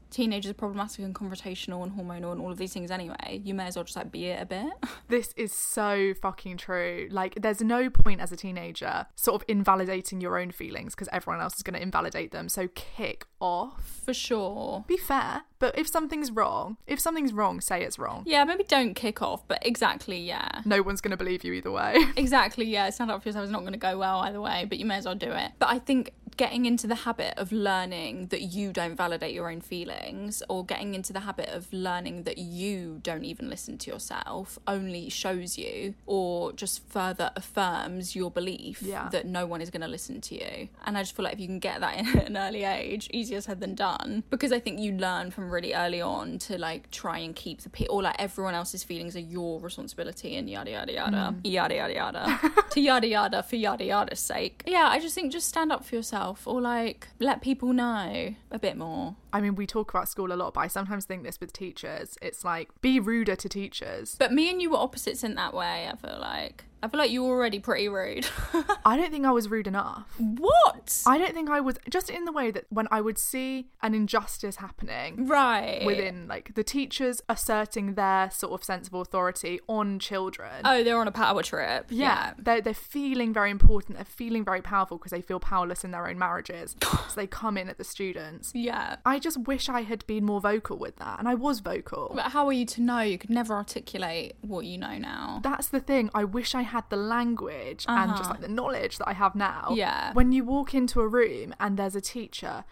[SPEAKER 2] teenagers are problematic and confrontational and hormonal and all of these things anyway, you may as well just like be it a bit.
[SPEAKER 3] This is so fucking true. Like, there's no point as a teenager sort of invalidating your own feelings because everyone else is going to invalidate them. So kick off.
[SPEAKER 2] For sure.
[SPEAKER 3] Be fair, but if something's wrong, if something's wrong, say it's wrong.
[SPEAKER 2] Yeah, maybe don't kick off, but exactly, yeah.
[SPEAKER 3] No one's going to believe you either way.
[SPEAKER 2] Exactly, yeah. Stand up for yourself is not going to go well either way, but you may as well do it. But I think getting into the habit of learning that you don't validate your own feelings or getting into the habit of learning that you don't even listen to yourself only shows you or just further affirms your belief
[SPEAKER 3] Yeah.
[SPEAKER 2] that no one is going to listen to you. And I just feel like if you can get that in at an early age, easier said than done, because I think you learn from really early on to like try and keep the pe- or like everyone else's feelings are your responsibility and yada yada
[SPEAKER 3] Mm.
[SPEAKER 2] yada yada yada yada to yada yada for yada yada's sake. Yeah, I just think just stand up for yourself or like let people know a bit more.
[SPEAKER 3] I mean, we talk about school a lot, but I sometimes think this with teachers. It's like, be ruder to teachers.
[SPEAKER 2] But me and you were opposites in that way. I feel like I feel like you were already pretty rude.
[SPEAKER 3] I don't think I was rude enough.
[SPEAKER 2] what?
[SPEAKER 3] I don't think I was just in the way that when I would see an injustice happening
[SPEAKER 2] right
[SPEAKER 3] within like the teachers asserting their sort of sense of authority on children.
[SPEAKER 2] Oh, they're on a power trip.
[SPEAKER 3] yeah, They're, they're feeling very important. They're feeling very powerful because they feel powerless in their own marriages. so they come in at the students.
[SPEAKER 2] Yeah.
[SPEAKER 3] I just wish I had been more vocal with that. And I was vocal.
[SPEAKER 2] But how are you to know? You could never articulate what you know now.
[SPEAKER 3] That's the thing. I wish I had the language and just like the knowledge that I have now.
[SPEAKER 2] Uh-huh. Yeah.
[SPEAKER 3] When you walk into a room and there's a teacher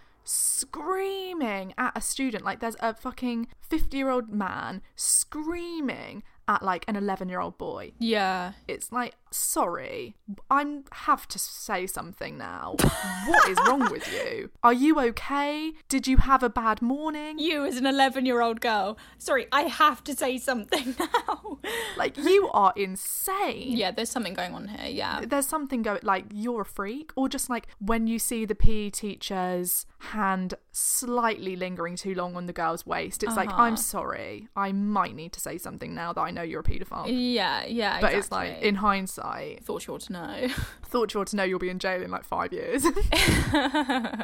[SPEAKER 3] screaming at a student, like there's a fucking 50 year old man screaming at like an 11 year old boy.
[SPEAKER 2] Yeah.
[SPEAKER 3] It's like, sorry, I have to say something now. what is wrong with you? Are you okay? Did you have a bad morning?
[SPEAKER 2] You, as an 11 year old girl, sorry, I have to say something now.
[SPEAKER 3] Like, you are insane.
[SPEAKER 2] yeah, there's something going on here. Yeah.
[SPEAKER 3] there's something going like you're a freak or just like when you see the PE teacher's hand slightly lingering too long on the girl's waist it's like
[SPEAKER 2] Uh-huh.
[SPEAKER 3] I'm sorry I might need to say something now that I know you're a pedophile
[SPEAKER 2] Yeah, yeah.
[SPEAKER 3] but
[SPEAKER 2] exactly.
[SPEAKER 3] it's like in hindsight
[SPEAKER 2] Thought you ought to know.
[SPEAKER 3] thought you ought to know you'll be in jail in like 5 years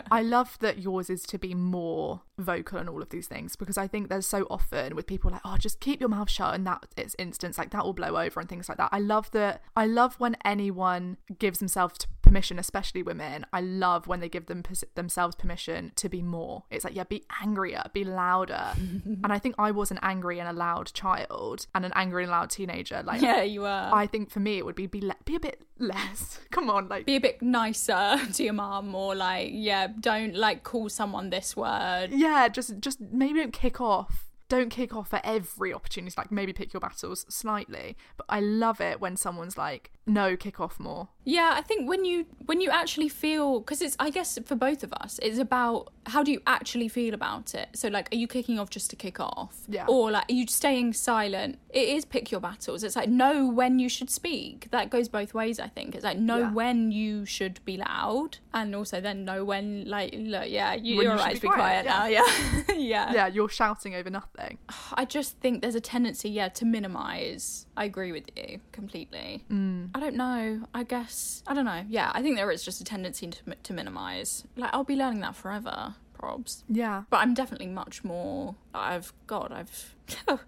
[SPEAKER 3] I love that yours is to be more vocal on all of these things because I think there's so often with people like, oh, just keep your mouth shut and that it's instance like that will blow over and things like that. I love that. I love when anyone gives themselves t- permission, especially women. I love when they give them pers- themselves permission to be more. It's like, yeah, be angrier, be louder. and I think I was an angry and a loud child and an angry and loud teenager. Like,
[SPEAKER 2] yeah, you were.
[SPEAKER 3] I think for me it would be be, le- be a bit less. Come on, like
[SPEAKER 2] Be a bit nicer to your mum, or like, yeah, don't like call someone this word.
[SPEAKER 3] yeah just just maybe don't kick off don't kick off at every opportunity like maybe pick your battles slightly but i love it when someone's like no kick off more
[SPEAKER 2] Yeah, I think when you when you actually feel because it's I guess for both of us it's about how do you actually feel about it. So like, are you kicking off just to kick off?
[SPEAKER 3] Yeah.
[SPEAKER 2] Or like, are you staying silent? It is pick your battles. It's like know when you should speak. That goes both ways. I think it's like know
[SPEAKER 3] Yeah.
[SPEAKER 2] when you should be loud, and also then know when like look, yeah, you,
[SPEAKER 3] When you
[SPEAKER 2] you're
[SPEAKER 3] should
[SPEAKER 2] right
[SPEAKER 3] be
[SPEAKER 2] to be
[SPEAKER 3] quiet,
[SPEAKER 2] quiet, now. Yeah. yeah.
[SPEAKER 3] yeah you're shouting over nothing
[SPEAKER 2] I just think there's a tendency, yeah, to minimise. I agree with you completely. Mm. I don't know. I guess I don't know. Yeah, I think there is just a tendency to mi- to minimise. Like I'll be learning that forever, probs.
[SPEAKER 3] yeah
[SPEAKER 2] But I'm definitely much more. I've God, I've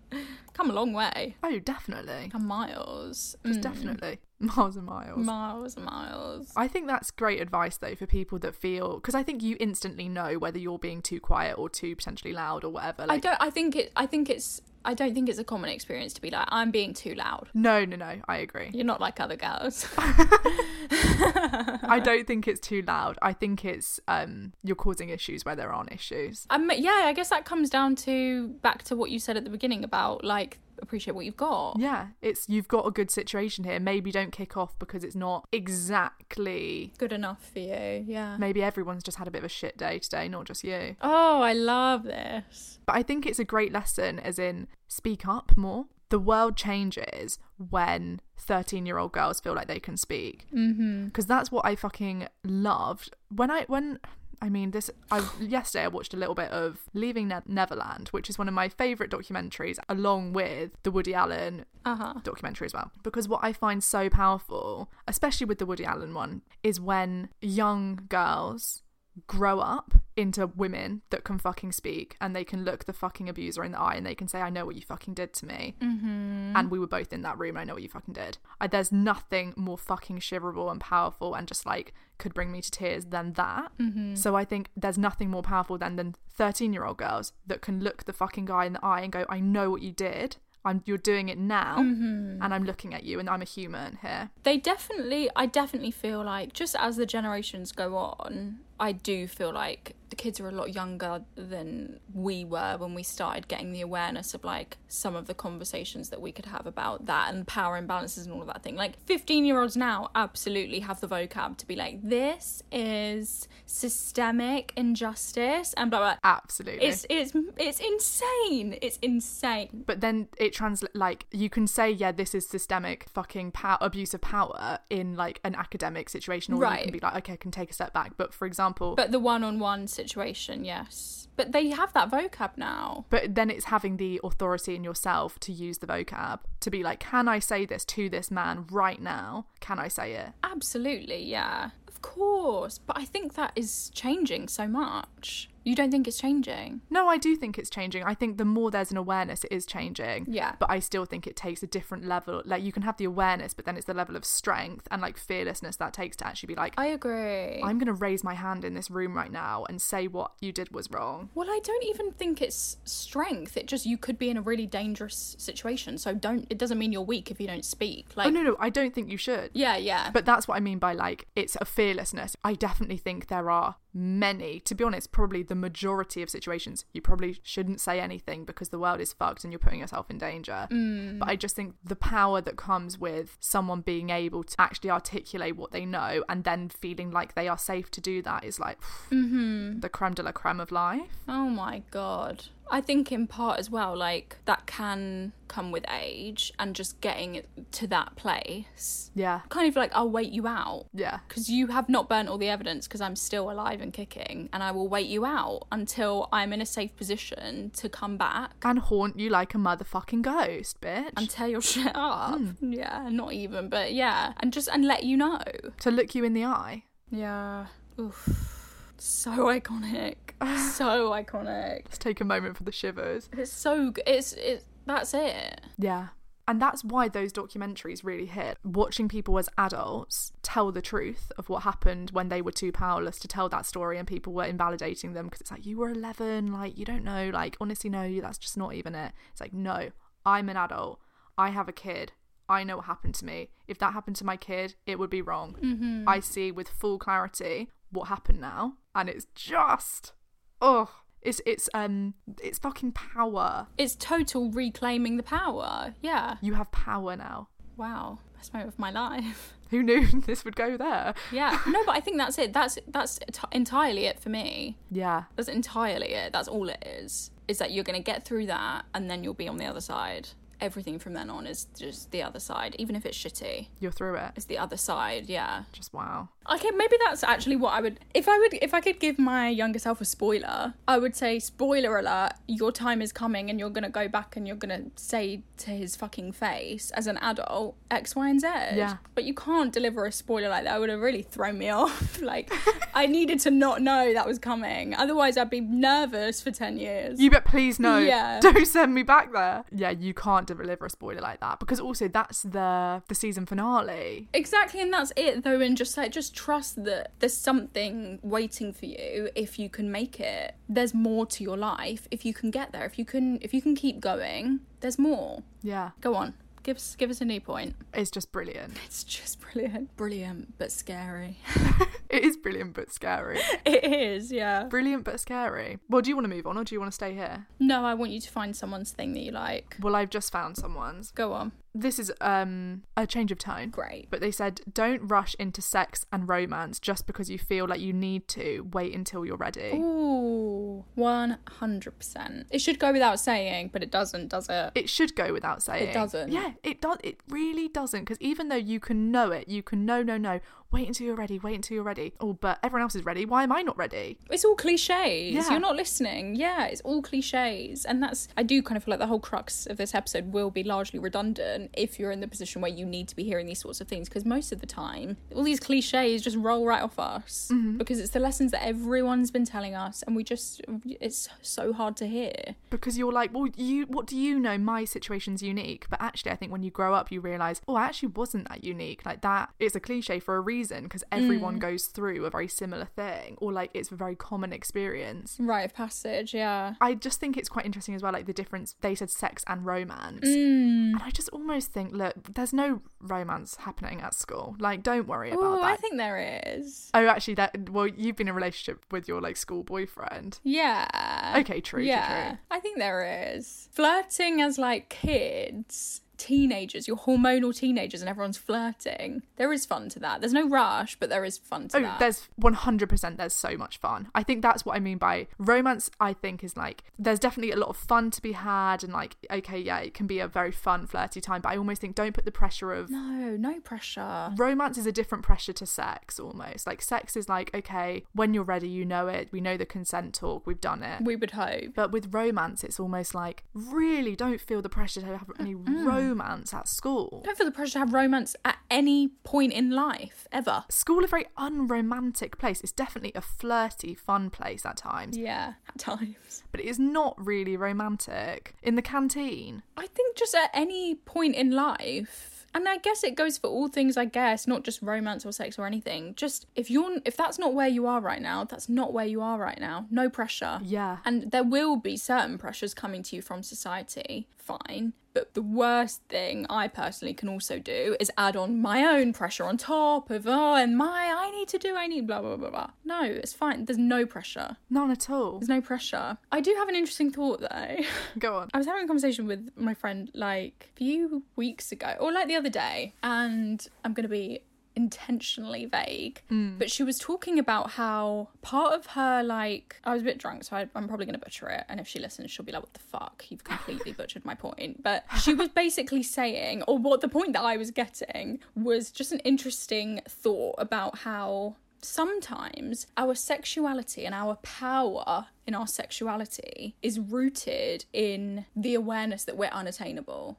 [SPEAKER 2] come a long way.
[SPEAKER 3] oh definitely
[SPEAKER 2] Come miles,
[SPEAKER 3] just
[SPEAKER 2] Mm,
[SPEAKER 3] definitely miles and miles
[SPEAKER 2] miles and miles.
[SPEAKER 3] I think that's great advice though for people that feel because I think you instantly know whether you're being too quiet or too potentially loud or whatever. Like,
[SPEAKER 2] I don't. I think it. I think it's. I don't think it's a common experience to be like I'm being too loud.
[SPEAKER 3] No, no, no. I agree.
[SPEAKER 2] You're not like other girls.
[SPEAKER 3] I don't think it's too loud. I think it's um you're causing issues where there aren't issues.
[SPEAKER 2] Um, yeah, I guess that comes down to back to what you said at the beginning about like appreciate what you've got.
[SPEAKER 3] Yeah, it's you've got a good situation here. Maybe don't kick off because it's not exactly.
[SPEAKER 2] Good enough for you. Yeah.
[SPEAKER 3] Maybe everyone's just had a bit of a shit day today, not just you.
[SPEAKER 2] Oh, I love this.
[SPEAKER 3] But I think it's a great lesson, as in speak up more. the world changes when 13 year old girls feel like they can speak because that's what i fucking loved when i when i mean this i yesterday i watched a little bit of leaving ne- neverland which is one of my favorite documentaries along with the woody allen
[SPEAKER 2] Uh-huh.
[SPEAKER 3] documentary as well because what i find so powerful especially with the woody allen one is when young girls grow up into women that can fucking speak and they can look the fucking abuser in the eye and they can say i know what you fucking did to me
[SPEAKER 2] Mm.
[SPEAKER 3] and we were both in that room and i know what you fucking did I, there's nothing more fucking shiverable and powerful and just like could bring me to tears than that
[SPEAKER 2] Mm-hmm.
[SPEAKER 3] so i think there's nothing more powerful than than 13 year old girls that can look the fucking guy in the eye and go i know what you did I'm, you're doing it now
[SPEAKER 2] Mm-hmm.
[SPEAKER 3] and i'm looking at you and i'm a human here
[SPEAKER 2] they definitely i definitely feel like just as the generations go on i do feel like the kids are a lot younger than we were when we started getting the awareness of like some of the conversations that we could have about that and power imbalances and all of that thing like 15 year olds now absolutely have the vocab to be like this is systemic injustice and blah blah
[SPEAKER 3] absolutely
[SPEAKER 2] it's it's it's insane it's insane
[SPEAKER 3] but then it translates like you can say yeah this is systemic fucking power abuse of power in like an academic situation or you
[SPEAKER 2] Right.
[SPEAKER 3] can be like okay i can take a step back but for example but,
[SPEAKER 2] But the one on one situation, yes. But they have that vocab now.
[SPEAKER 3] then it's having the authority in yourself to use the vocab to be like can i say this to this man right now can i say it
[SPEAKER 2] Absolutely, yeah. Of course. But I think that is changing so much. You don't think it's changing?
[SPEAKER 3] no i do think it's changing i think the more there's an awareness it is changing
[SPEAKER 2] Yeah.
[SPEAKER 3] but i still think it takes a different level like you can have the awareness but then it's the level of strength and like fearlessness that takes to actually be like
[SPEAKER 2] I agree.
[SPEAKER 3] I'm going to raise my hand in this room right now and say what you did was wrong.
[SPEAKER 2] well, I don't even think it's strength. It just you could be in a really dangerous situation. So don't it doesn't mean you're weak if you don't speak. Like
[SPEAKER 3] oh, no, no, I don't think you should.
[SPEAKER 2] Yeah, yeah.
[SPEAKER 3] But that's what I mean by like, it's a fearlessness. I definitely think there are many, to be honest, probably the majority of situations, you probably shouldn't say anything because the world is fucked and you're putting yourself in danger. But I just think the power that comes with someone being able to actually articulate what they know and then feeling like they are safe to do that is like the creme de la creme of life.
[SPEAKER 2] Oh my god. I think in part as well, like that can come with age and just getting to that place.
[SPEAKER 3] Yeah.
[SPEAKER 2] Kind of like I'll wait you out.
[SPEAKER 3] Yeah.
[SPEAKER 2] because you have not burnt all the evidence because I'm still alive and kicking and I will wait you out until I'm in a safe position to come back
[SPEAKER 3] and haunt you like a motherfucking ghost, bitch.
[SPEAKER 2] and tear your shit up. Yeah, not even, but yeah, and just and let you know.
[SPEAKER 3] to look you in the eye.
[SPEAKER 2] Yeah. Oof. So iconic. so iconic.
[SPEAKER 3] Let's take a moment for the shivers.
[SPEAKER 2] It's so good. It's it. That's it.
[SPEAKER 3] Yeah. And that's why those documentaries really hit. Watching people as adults tell the truth of what happened when they were too powerless to tell that story and people were invalidating them because it's like, you were 11, like, you don't know, like, honestly, no, that's just not even it. It's like, no, I'm an adult. I have a kid. I know what happened to me. If that happened to my kid, it would be wrong. I see with full clarity what happened now. And it's just, oh, it's, it's, um, it's fucking power.
[SPEAKER 2] It's total reclaiming the power. Yeah.
[SPEAKER 3] You have power now.
[SPEAKER 2] Wow. Best moment of my life.
[SPEAKER 3] Who knew this would go there?
[SPEAKER 2] Yeah. No, but I think that's it. That's that's enti- entirely it for me.
[SPEAKER 3] Yeah.
[SPEAKER 2] That's entirely it. That's all it is. Is that you're going to get through that and then you'll be on the other side. Everything from then on is just the other side, even if it's shitty.
[SPEAKER 3] You're through it.
[SPEAKER 2] It's the other side, yeah.
[SPEAKER 3] Just wow.
[SPEAKER 2] Okay, maybe that's actually what I would if I would if I could give my younger self a spoiler, I would say spoiler alert, your time is coming and you're going to go back and you're going to say to his fucking face as an adult X Y and Z.
[SPEAKER 3] Yeah.
[SPEAKER 2] But you can't deliver a spoiler like that. It would have really thrown me off. like I needed to not know that was coming. Otherwise I'd be nervous for 10 years.
[SPEAKER 3] You bet please no.
[SPEAKER 2] Yeah.
[SPEAKER 3] Don't send me back there. Yeah, you can't deliver a spoiler like that because also that's the the season finale.
[SPEAKER 2] Exactly, and that's it though, and just like just trust that there's something waiting for you if you can make it. There's more to your life if you can get there. If you can if you can keep going, there's more.
[SPEAKER 3] Yeah.
[SPEAKER 2] Go on. Give us give us a new point.
[SPEAKER 3] It's just brilliant.
[SPEAKER 2] It's just brilliant, brilliant but scary.
[SPEAKER 3] It is brilliant but scary.
[SPEAKER 2] it is, yeah.
[SPEAKER 3] Brilliant but scary. Well, do you want to move on or do you want to stay here?
[SPEAKER 2] No, I want you to find someone's thing that you like.
[SPEAKER 3] Well, I've just found someone's.
[SPEAKER 2] Go on.
[SPEAKER 3] This is um a change of tone.
[SPEAKER 2] Great.
[SPEAKER 3] But they said don't rush into sex and romance just because you feel like you need to. Wait until you're ready.
[SPEAKER 2] Ooh, one hundred percent. It should go without saying, but it doesn't, does it?
[SPEAKER 3] It should go without saying.
[SPEAKER 2] doesn't.
[SPEAKER 3] Yeah, it does. It really doesn't. Because even though you can know it, you can no, no, no. Wait until you're ready. Wait until you're ready. Oh, but everyone else is ready. Why am I not ready?
[SPEAKER 2] It's all cliches.
[SPEAKER 3] Yeah.
[SPEAKER 2] You're not listening. Yeah, it's all cliches. And that's, I do kind of feel like the whole crux of this episode will be largely redundant if you're in the position where you need to be hearing these sorts of things. Because most of the time, all these cliches just roll right off us because it's the lessons that everyone's been telling us. And we just, it's so hard to hear.
[SPEAKER 3] Because you're like, well, you. What do you know? My situation's unique. But actually, I think when you grow up, you realize, oh, I actually wasn't that unique. Like that. It's a cliche for a reason because everyone goes through a very similar thing, or like it's a very common experience.
[SPEAKER 2] Rite of passage, yeah.
[SPEAKER 3] I just think it's quite interesting as well, like the difference they said sex and romance.
[SPEAKER 2] Mm.
[SPEAKER 3] And I just almost think, look, there's no romance happening at school. Like, don't worry about
[SPEAKER 2] Oh,
[SPEAKER 3] that.
[SPEAKER 2] I think there is.
[SPEAKER 3] oh, actually, that, well, you've been in a relationship with your like school boyfriend.
[SPEAKER 2] Yeah.
[SPEAKER 3] Okay, true, true,
[SPEAKER 2] Yeah,
[SPEAKER 3] true.
[SPEAKER 2] I think there is flirting as like kids, teenagers, your hormonal teenagers, and everyone's flirting. There is fun to that. There's no rush, but there is fun to
[SPEAKER 3] Oh,
[SPEAKER 2] that.
[SPEAKER 3] there's 100%, there's so much fun. I think that's what I mean by romance. I think is like, there's definitely a lot of fun to be had, and like, okay, yeah, it can be a very fun, flirty time, but I almost think don't put the pressure of
[SPEAKER 2] no, no pressure.
[SPEAKER 3] romance is a different pressure to sex almost like sex is like okay when you're ready you know it we know the consent talk we've done it
[SPEAKER 2] We would hope.
[SPEAKER 3] but with romance it's almost like really don't feel the pressure to have any romance at school
[SPEAKER 2] I don't feel the pressure to have romance at any point in life ever.
[SPEAKER 3] school a very unromantic place it's definitely a flirty fun place at times
[SPEAKER 2] Yeah, at times.
[SPEAKER 3] but it is not really romantic in the canteen
[SPEAKER 2] I think just at any point in life. And I guess it goes for all things, I guess, not just romance or sex or anything. Just if you're if that's not where you are right now, that's not where you are right now. No pressure.
[SPEAKER 3] Yeah.
[SPEAKER 2] And there will be certain pressures coming to you from society. Fine. But the worst thing I personally can also do is add on my own pressure on top of oh and my I need to do I need blah blah blah blah. No, it's fine. There's no pressure.
[SPEAKER 3] none at all
[SPEAKER 2] There's no pressure. I do have an interesting thought though.
[SPEAKER 3] go on
[SPEAKER 2] I was having a conversation with my friend like a few weeks ago, or like the other day, and I'm going to be intentionally vague, but she was talking about how part of her, like, I was a bit drunk, so I, I'm probably going to butcher it. And if she listens, she'll be like, what the fuck? You've completely butchered my point. But she was basically saying, or what the point that I was getting was just an interesting thought about how sometimes our sexuality and our power in our sexuality is rooted in the awareness that we're unattainable.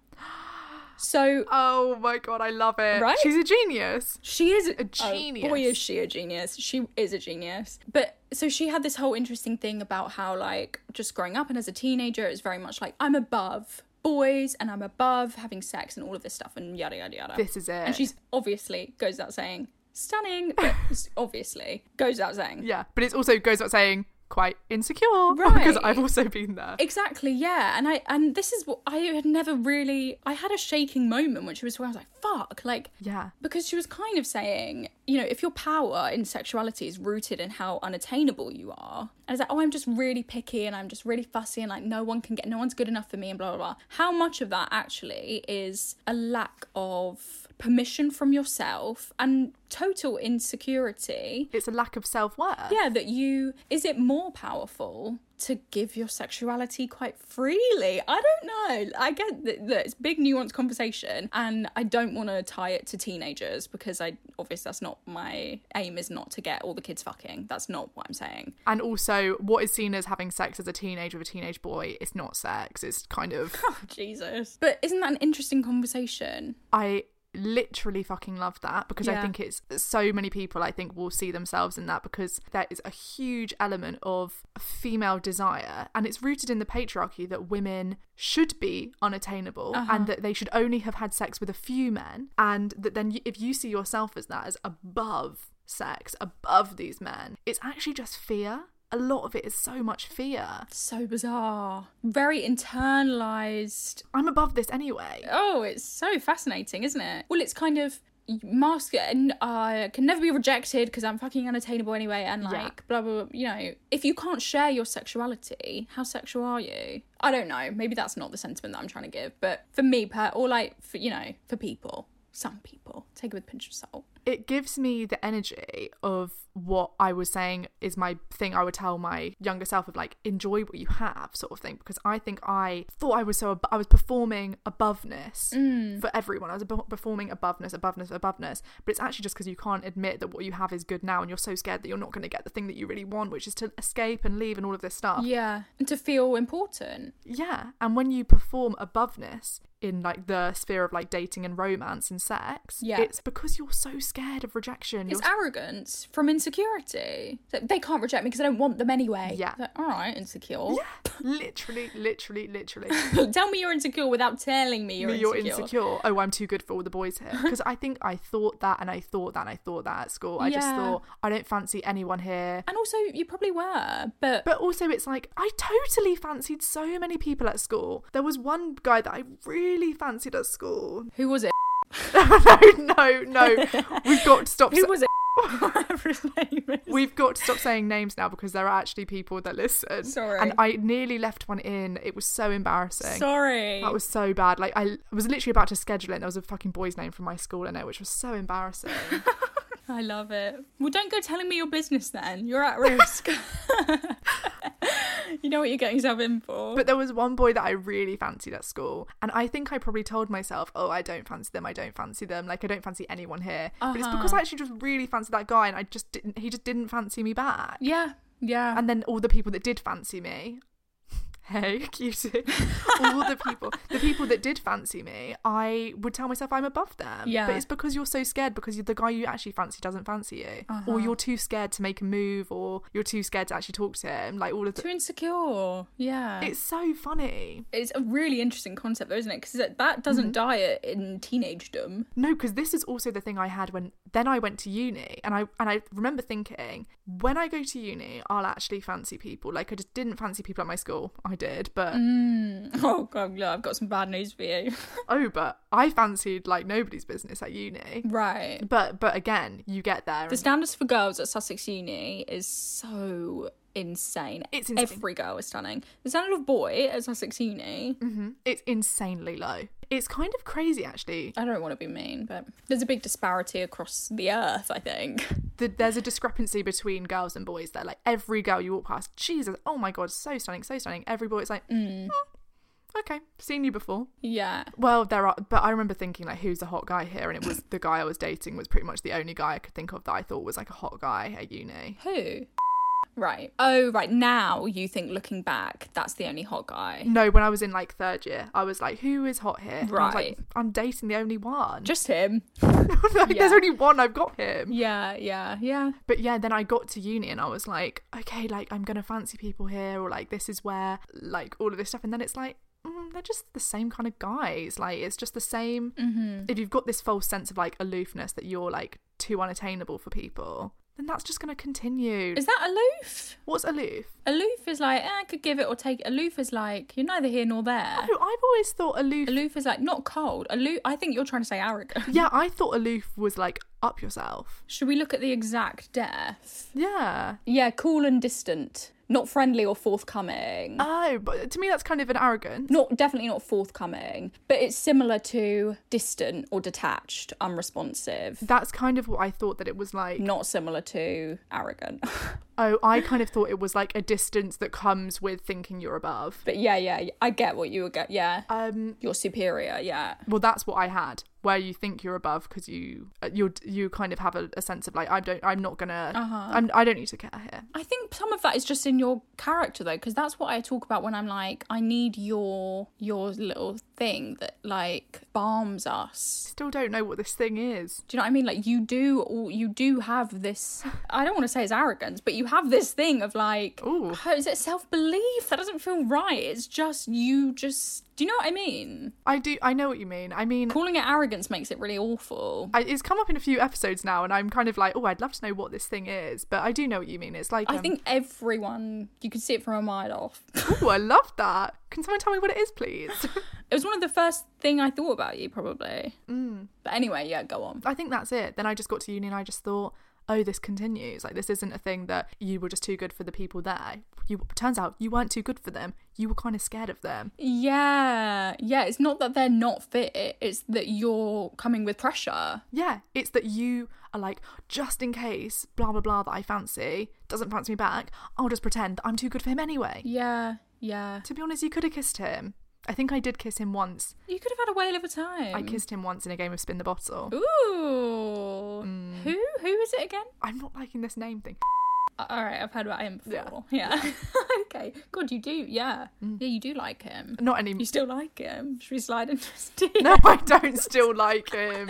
[SPEAKER 2] So
[SPEAKER 3] oh my god i love it
[SPEAKER 2] Right?
[SPEAKER 3] she's a genius
[SPEAKER 2] she is
[SPEAKER 3] A genius.
[SPEAKER 2] Oh, boy, is she a genius. She is a genius. But so she had this whole interesting thing about how, like, just growing up and as a teenager, it was very much like, I'm above boys and I'm above having sex and all of this stuff and yada, yada, yada.
[SPEAKER 3] This is it.
[SPEAKER 2] And she's obviously goes without saying, stunning, but obviously goes without saying.
[SPEAKER 3] yeah but it also goes without saying quite insecure because
[SPEAKER 2] Right.
[SPEAKER 3] i've also been there
[SPEAKER 2] Exactly, yeah. And I and this is what I had never really I had a shaking moment when she was talking. I was like, fuck, like
[SPEAKER 3] Yeah.
[SPEAKER 2] Because she was kind of saying, you know, if your power in sexuality is rooted in how unattainable you are, and it's like, oh, I'm just really picky and I'm just really fussy and like no one can get no one's good enough for me and blah blah blah. How much of that actually is a lack of permission from yourself and total insecurity
[SPEAKER 3] it's a lack of self-worth
[SPEAKER 2] yeah that you is it more powerful to give your sexuality quite freely i don't know i get that, that it's big nuanced conversation and i don't want to tie it to teenagers because i obviously that's not my aim is not to get all the kids fucking that's not what i'm saying
[SPEAKER 3] and also what is seen as having sex as a teenager with a teenage boy it's not sex it's kind of
[SPEAKER 2] jesus but isn't that an interesting conversation
[SPEAKER 3] i literally fucking love that because i
[SPEAKER 2] Yeah.
[SPEAKER 3] think it's so many people i think will see themselves in that because there is a huge element of female desire and it's rooted in the patriarchy that women should be unattainable and that they should only have had sex with a few men and that then you, if you see yourself as that as above sex above these men it's actually just fear a lot of it is so much fear.
[SPEAKER 2] So bizarre. Very internalized.
[SPEAKER 3] I'm above this anyway.
[SPEAKER 2] Oh, it's so fascinating, isn't it? Well, it's kind of mask and I can never be rejected because I'm fucking unattainable anyway and like
[SPEAKER 3] Yeah.
[SPEAKER 2] blah, blah blah you know if you can't share your sexuality how sexual are you I don't know maybe that's not the sentiment that I'm trying to give but for me per or like for you know for people some people take it with a pinch of salt
[SPEAKER 3] it gives me the energy of what I was saying is my thing I would tell my younger self of like enjoy what you have sort of thing because I think I thought I was so ab- I was performing aboveness
[SPEAKER 2] Mm.
[SPEAKER 3] for everyone I was ab- performing aboveness aboveness aboveness but it's actually just because you can't admit that what you have is good now and you're so scared that you're not going to get the thing that you really want which is to escape and leave and all of this stuff
[SPEAKER 2] yeah and to feel important
[SPEAKER 3] yeah, and when you perform aboveness in like the sphere of like dating and romance and sex,
[SPEAKER 2] Yeah.
[SPEAKER 3] it's because you're so scared of rejection.
[SPEAKER 2] it's
[SPEAKER 3] You're-
[SPEAKER 2] arrogance from insecurity That they can't reject me because I don't want them anyway
[SPEAKER 3] Yeah.
[SPEAKER 2] It's like, all right insecure
[SPEAKER 3] literally, literally, literally.
[SPEAKER 2] tell me you're insecure without telling me you're,
[SPEAKER 3] Me, you're insecure. Oh, I'm too good for all the boys here. Because I think I thought that, and I thought that, and I thought that at school. I just
[SPEAKER 2] Yeah.
[SPEAKER 3] thought I don't fancy anyone here.
[SPEAKER 2] And also, you probably were, but,
[SPEAKER 3] But also, it's like I totally fancied so many people at school. There was one guy that I really fancied at school.
[SPEAKER 2] who was it?
[SPEAKER 3] no, no, no. We've got to stop.
[SPEAKER 2] Who
[SPEAKER 3] sa-
[SPEAKER 2] was it? Whatever his name is.
[SPEAKER 3] We've got to stop saying names now because there are actually people that listen.
[SPEAKER 2] Sorry.
[SPEAKER 3] And I nearly left one in. It was so embarrassing.
[SPEAKER 2] Sorry.
[SPEAKER 3] That was so bad. Like I was literally about to schedule it and there was a fucking boy's name from my school in it, which was so embarrassing.
[SPEAKER 2] I love it. Well, don't go telling me your business then. You're at risk. you know what you're getting yourself in for.
[SPEAKER 3] but there was one boy that I really fancied at school. And I think I probably told myself, Oh, I don't fancy them, I don't fancy them, like I don't fancy anyone here. But it's because I actually just really fancied that guy and I just didn't he just didn't fancy me back.
[SPEAKER 2] yeah, yeah.
[SPEAKER 3] and then all the people that did fancy me hey cutie all the people the people that did fancy me i would tell myself i'm above them
[SPEAKER 2] Yeah.
[SPEAKER 3] but it's because you're so scared because the guy you actually fancy doesn't fancy you or you're too scared to make a move or you're too scared to actually talk to him like all of
[SPEAKER 2] Too
[SPEAKER 3] the
[SPEAKER 2] insecure. Yeah. It's,
[SPEAKER 3] it's so funny
[SPEAKER 2] a really interesting concept, though, isn't it? Because that, that doesn't
[SPEAKER 3] Mm-hmm.
[SPEAKER 2] die at- in teenagedom.
[SPEAKER 3] No, because this is also the thing I had when then I went to uni, and I and I remember thinking when I go to uni, I'll actually fancy people. Like I just didn't fancy people at my school. I did, but
[SPEAKER 2] Oh, God, look, I've got some bad news for you.
[SPEAKER 3] oh, but I fancied like nobody's business at uni.
[SPEAKER 2] right.
[SPEAKER 3] But but again, you get there.
[SPEAKER 2] The
[SPEAKER 3] and
[SPEAKER 2] standards for girls at Sussex Uni is so insane.
[SPEAKER 3] It's insane.
[SPEAKER 2] Every girl is stunning. The standard of boy at Sussex Uni,
[SPEAKER 3] it's insanely low. It's kind of crazy actually.
[SPEAKER 2] I don't want to be mean, but there's a big disparity across the earth, I think.
[SPEAKER 3] The, there's a discrepancy between girls and boys there. Like every girl you walk past, Jesus, oh my god, so stunning, so stunning. Every boy is like, "Mm, okay, seen you before.
[SPEAKER 2] Yeah.
[SPEAKER 3] Well, there are, but I remember thinking like, who's the hot guy here? And it was the guy I was dating was pretty much the only guy I could think of that I thought was like a hot guy at uni.
[SPEAKER 2] Who? Right. Oh, right. Now you think looking back, that's the only hot guy.
[SPEAKER 3] No, when I was in like third year, I was like, who is hot here? And I was like,
[SPEAKER 2] Right.
[SPEAKER 3] I'm dating the only one.
[SPEAKER 2] Just him.
[SPEAKER 3] like, There's
[SPEAKER 2] yeah.
[SPEAKER 3] only one. I've got him.
[SPEAKER 2] Yeah, yeah, yeah.
[SPEAKER 3] But yeah, then I got to uni and I was like, okay, like I'm gonna fancy people here, or like this is where, like all of this stuff. And then it's like. Mm, they're just the same kind of guys. Like it's just the same.
[SPEAKER 2] Mm-hmm.
[SPEAKER 3] If you've got this false sense of like aloofness that you're like too unattainable for people, then that's just going to continue.
[SPEAKER 2] Is that aloof?
[SPEAKER 3] What's aloof?
[SPEAKER 2] Aloof is like, eh, I could give it or take it. Aloof is like, you're neither here nor there.
[SPEAKER 3] Oh, I've always thought aloof.
[SPEAKER 2] Aloof is like, not cold. Aloof, I think you're trying to say arrogant.
[SPEAKER 3] Yeah, I thought aloof was like up yourself.
[SPEAKER 2] Should we look at the exact death?
[SPEAKER 3] Yeah.
[SPEAKER 2] Yeah, cool and distant. Not friendly or forthcoming.
[SPEAKER 3] Oh, but to me that's kind of an arrogance.
[SPEAKER 2] not definitely not forthcoming, but it's similar to distant or detached, unresponsive.
[SPEAKER 3] That's kind of what I thought that it was like.
[SPEAKER 2] Not similar to arrogant.
[SPEAKER 3] Oh, I kind of thought it was like a distance that comes with thinking you're above.
[SPEAKER 2] but yeah, yeah, yeah, I get what you were get. Yeah.
[SPEAKER 3] Um,
[SPEAKER 2] You're superior, yeah.
[SPEAKER 3] well, that's what I had, where you think you're above because you you you kind of have a, a sense of like I don't I'm not gonna
[SPEAKER 2] Uh-huh.
[SPEAKER 3] I'm, I don't need to care here.
[SPEAKER 2] I think some of that is just in your character though, because that's what I talk about when I'm like, I need your your little thing that like balms us.
[SPEAKER 3] Still don't know what this thing is.
[SPEAKER 2] Do you know what I mean? Like you do, all you do have this. I don't want to say it's arrogance, but you have this thing of like,
[SPEAKER 3] Ooh.
[SPEAKER 2] oh, is it self belief? That doesn't feel right. It's just you. Just do you know what I mean?
[SPEAKER 3] I do. I know what you mean. I mean,
[SPEAKER 2] Calling it arrogance makes it really awful.
[SPEAKER 3] I, it's come up in a few episodes now, and I'm kind of like, oh, I'd love to know what this thing is, but I do know what you mean. It's like
[SPEAKER 2] I
[SPEAKER 3] um,
[SPEAKER 2] think everyone you could see it from a mile off.
[SPEAKER 3] Oh, I love that. Can someone tell me what it is, please?
[SPEAKER 2] It was one of the first thing I thought about you, probably. But anyway, yeah, go on.
[SPEAKER 3] Mm. I think that's it. Then I just got to uni and I just thought, oh, this continues. Like, this isn't a thing that you were just too good for the people there. You turns out you weren't too good for them. You were kind of scared of them.
[SPEAKER 2] Yeah, yeah. It's not that they're not fit; it's that you're coming with pressure.
[SPEAKER 3] Yeah, it's that you are like, just in case, blah blah blah, that I fancy doesn't fancy me back. I'll just pretend that I'm too good for him anyway.
[SPEAKER 2] Yeah, yeah.
[SPEAKER 3] To be honest, you could have kissed him. I think I did kiss him once.
[SPEAKER 2] You could have had a whale of a time.
[SPEAKER 3] I kissed him once in a game of spin the bottle.
[SPEAKER 2] Ooh.
[SPEAKER 3] Mm.
[SPEAKER 2] Who? Who is it again?
[SPEAKER 3] I'm not liking this name thing.
[SPEAKER 2] Uh, All right, I've heard about him before. Yeah. okay. God, you do. Yeah.
[SPEAKER 3] Mm.
[SPEAKER 2] Yeah, you do like him.
[SPEAKER 3] Not any.
[SPEAKER 2] You still like him? Should we slide into his DM?
[SPEAKER 3] No, I don't still like him.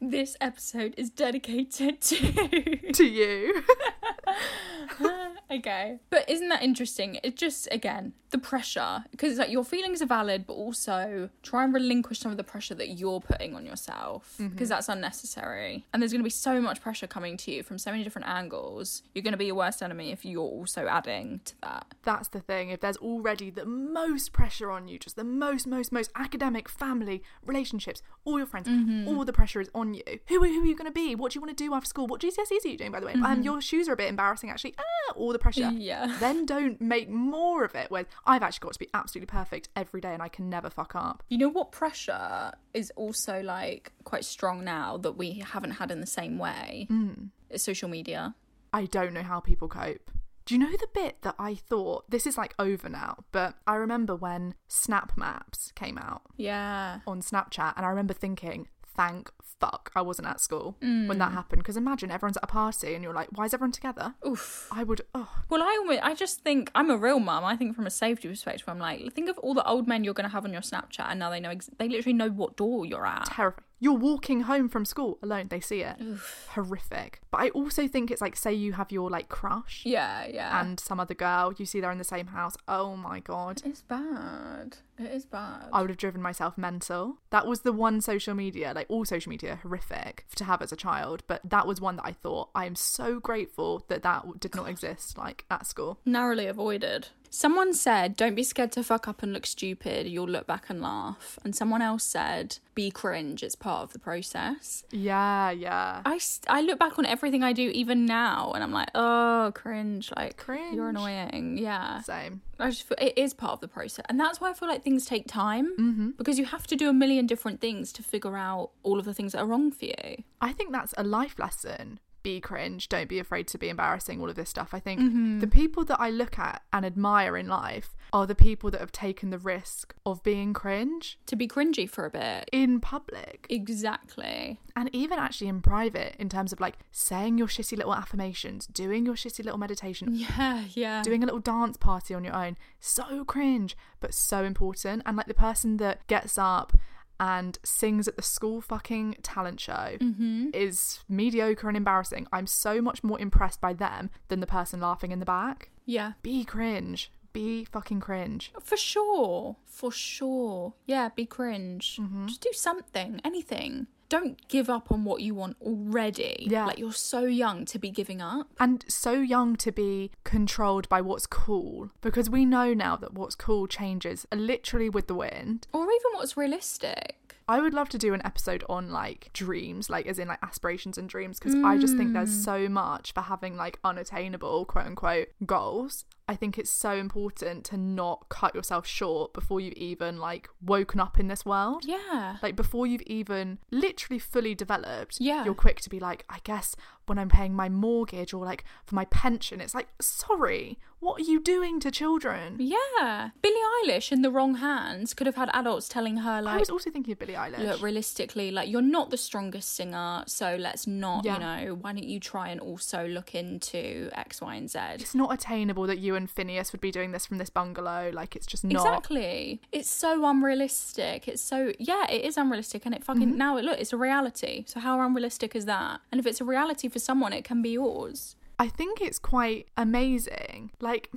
[SPEAKER 2] This episode is dedicated to.
[SPEAKER 3] to you.
[SPEAKER 2] okay. But isn't that interesting? It just again the pressure because it's like your feelings are valid, but also try and relinquish some of the pressure that you're putting on yourself because that's unnecessary. And there's going to be so much pressure coming to you from so many different angles. You're going to be your worst enemy if you're also adding to that.
[SPEAKER 3] That's the thing. If there's already the most pressure on you, just the most, most, most academic, family, relationships, all your friends, all the pressure is on you. Who, are- who are you going to be? What do you want to do after school? What GCSEs are you doing, by the way? Um, your shoes are a bit embarrassing, actually. Ah, all the pressure.
[SPEAKER 2] Yeah.
[SPEAKER 3] Then don't make more of it. Whereas I've actually got to be absolutely perfect every day, and I can never fuck up.
[SPEAKER 2] You know what pressure is also like quite strong now that we haven't had in the same way? It's social media.
[SPEAKER 3] I don't know how people cope. Do you know the bit that I thought this is like over now? But I remember when Snap Maps came out.
[SPEAKER 2] Yeah.
[SPEAKER 3] on Snapchat, and I remember thinking, thank fuck I wasn't at school when that happened. Because imagine everyone's at a party and you're like, why is everyone together? Mm. Oof. I would, oh,
[SPEAKER 2] Well, I almo- I just think I'm a real mum. I think from a safety perspective, I'm like, think of all the old men you're going to have on your Snapchat, and now they know ex- they literally know what door you're at.
[SPEAKER 3] terrifying. You're walking home from school alone, they see it. Horrific. But I also think it's like, say you have your like crush
[SPEAKER 2] Yeah, yeah.
[SPEAKER 3] and some other girl, you see they're in the same house. Oh my God.
[SPEAKER 2] it's bad. It is bad.
[SPEAKER 3] I would have driven myself mental. That was the one social media, like all social media, horrific to have as a child. But that was one that I thought I am so grateful that that did not exist, like at school.
[SPEAKER 2] Narrowly avoided. Someone said, "Don't be scared to fuck up and look stupid. You'll look back and laugh." And someone else said, "Be cringe. It's part of the process."
[SPEAKER 3] Yeah, yeah.
[SPEAKER 2] I, s- I look back on everything I do even now and I'm like, oh, cringe. Like,
[SPEAKER 3] Cringe.
[SPEAKER 2] You're annoying. Yeah.
[SPEAKER 3] Same.
[SPEAKER 2] I just feel it is part of the process, and that's why I feel like things take time
[SPEAKER 3] Mm-hmm.
[SPEAKER 2] because you have to do a million different things to figure out all of the things that are wrong for you.
[SPEAKER 3] I think that's a life lesson. Be cringe. Don't be afraid to be embarrassing. All of this stuff. I think the people that I look at and admire in life are the people that have taken the risk of being cringe
[SPEAKER 2] To be cringy for a bit,
[SPEAKER 3] in public
[SPEAKER 2] exactly.
[SPEAKER 3] and even actually in private, in terms of like saying your shitty little affirmations, doing your shitty little meditation,
[SPEAKER 2] Yeah, yeah.
[SPEAKER 3] doing a little dance party on your own. So cringe, but so important. And like the person that gets up and sings at the school fucking talent show is mediocre and embarrassing. I'm so much more impressed by them than the person laughing in the back.
[SPEAKER 2] yeah,
[SPEAKER 3] Be cringe. Be fucking cringe.
[SPEAKER 2] for sure, for sure. Yeah, be cringe.
[SPEAKER 3] Mm-hmm.
[SPEAKER 2] Just do something, anything. Don't give up on what you want already.
[SPEAKER 3] Yeah.
[SPEAKER 2] like you're so young to be giving up.
[SPEAKER 3] And so young to be controlled by what's cool because we know now that what's cool changes literally with the wind.
[SPEAKER 2] or even what's realistic.
[SPEAKER 3] I would love to do an episode on like dreams, like as in like aspirations and dreams, because I just think
[SPEAKER 2] Mm.
[SPEAKER 3] there's so much for having like unattainable quote unquote goals. I think it's so important to not cut yourself short before you've even like woken up in this world.
[SPEAKER 2] Yeah.
[SPEAKER 3] Like before you've even literally fully developed,
[SPEAKER 2] Yeah.
[SPEAKER 3] you're quick to be like, I guess when I'm paying my mortgage or like for my pension, it's like, sorry, what are you doing to children?
[SPEAKER 2] Yeah. Billie Eilish in the wrong hands could have had adults telling her
[SPEAKER 3] I
[SPEAKER 2] like
[SPEAKER 3] was also thinking of Billie Eilish.
[SPEAKER 2] look realistically like you're not the strongest singer so let's not
[SPEAKER 3] Yeah.
[SPEAKER 2] you know why don't you try and also look into x y and z
[SPEAKER 3] it's not attainable that you Matthew and Phineas would be doing this from this bungalow. Like it's just not.
[SPEAKER 2] Exactly. It's so unrealistic. It's so yeah, it is unrealistic and it fucking now it look, it's a reality. So how unrealistic is that? And if it's a reality for someone, it can be yours.
[SPEAKER 3] I think it's quite amazing. Like,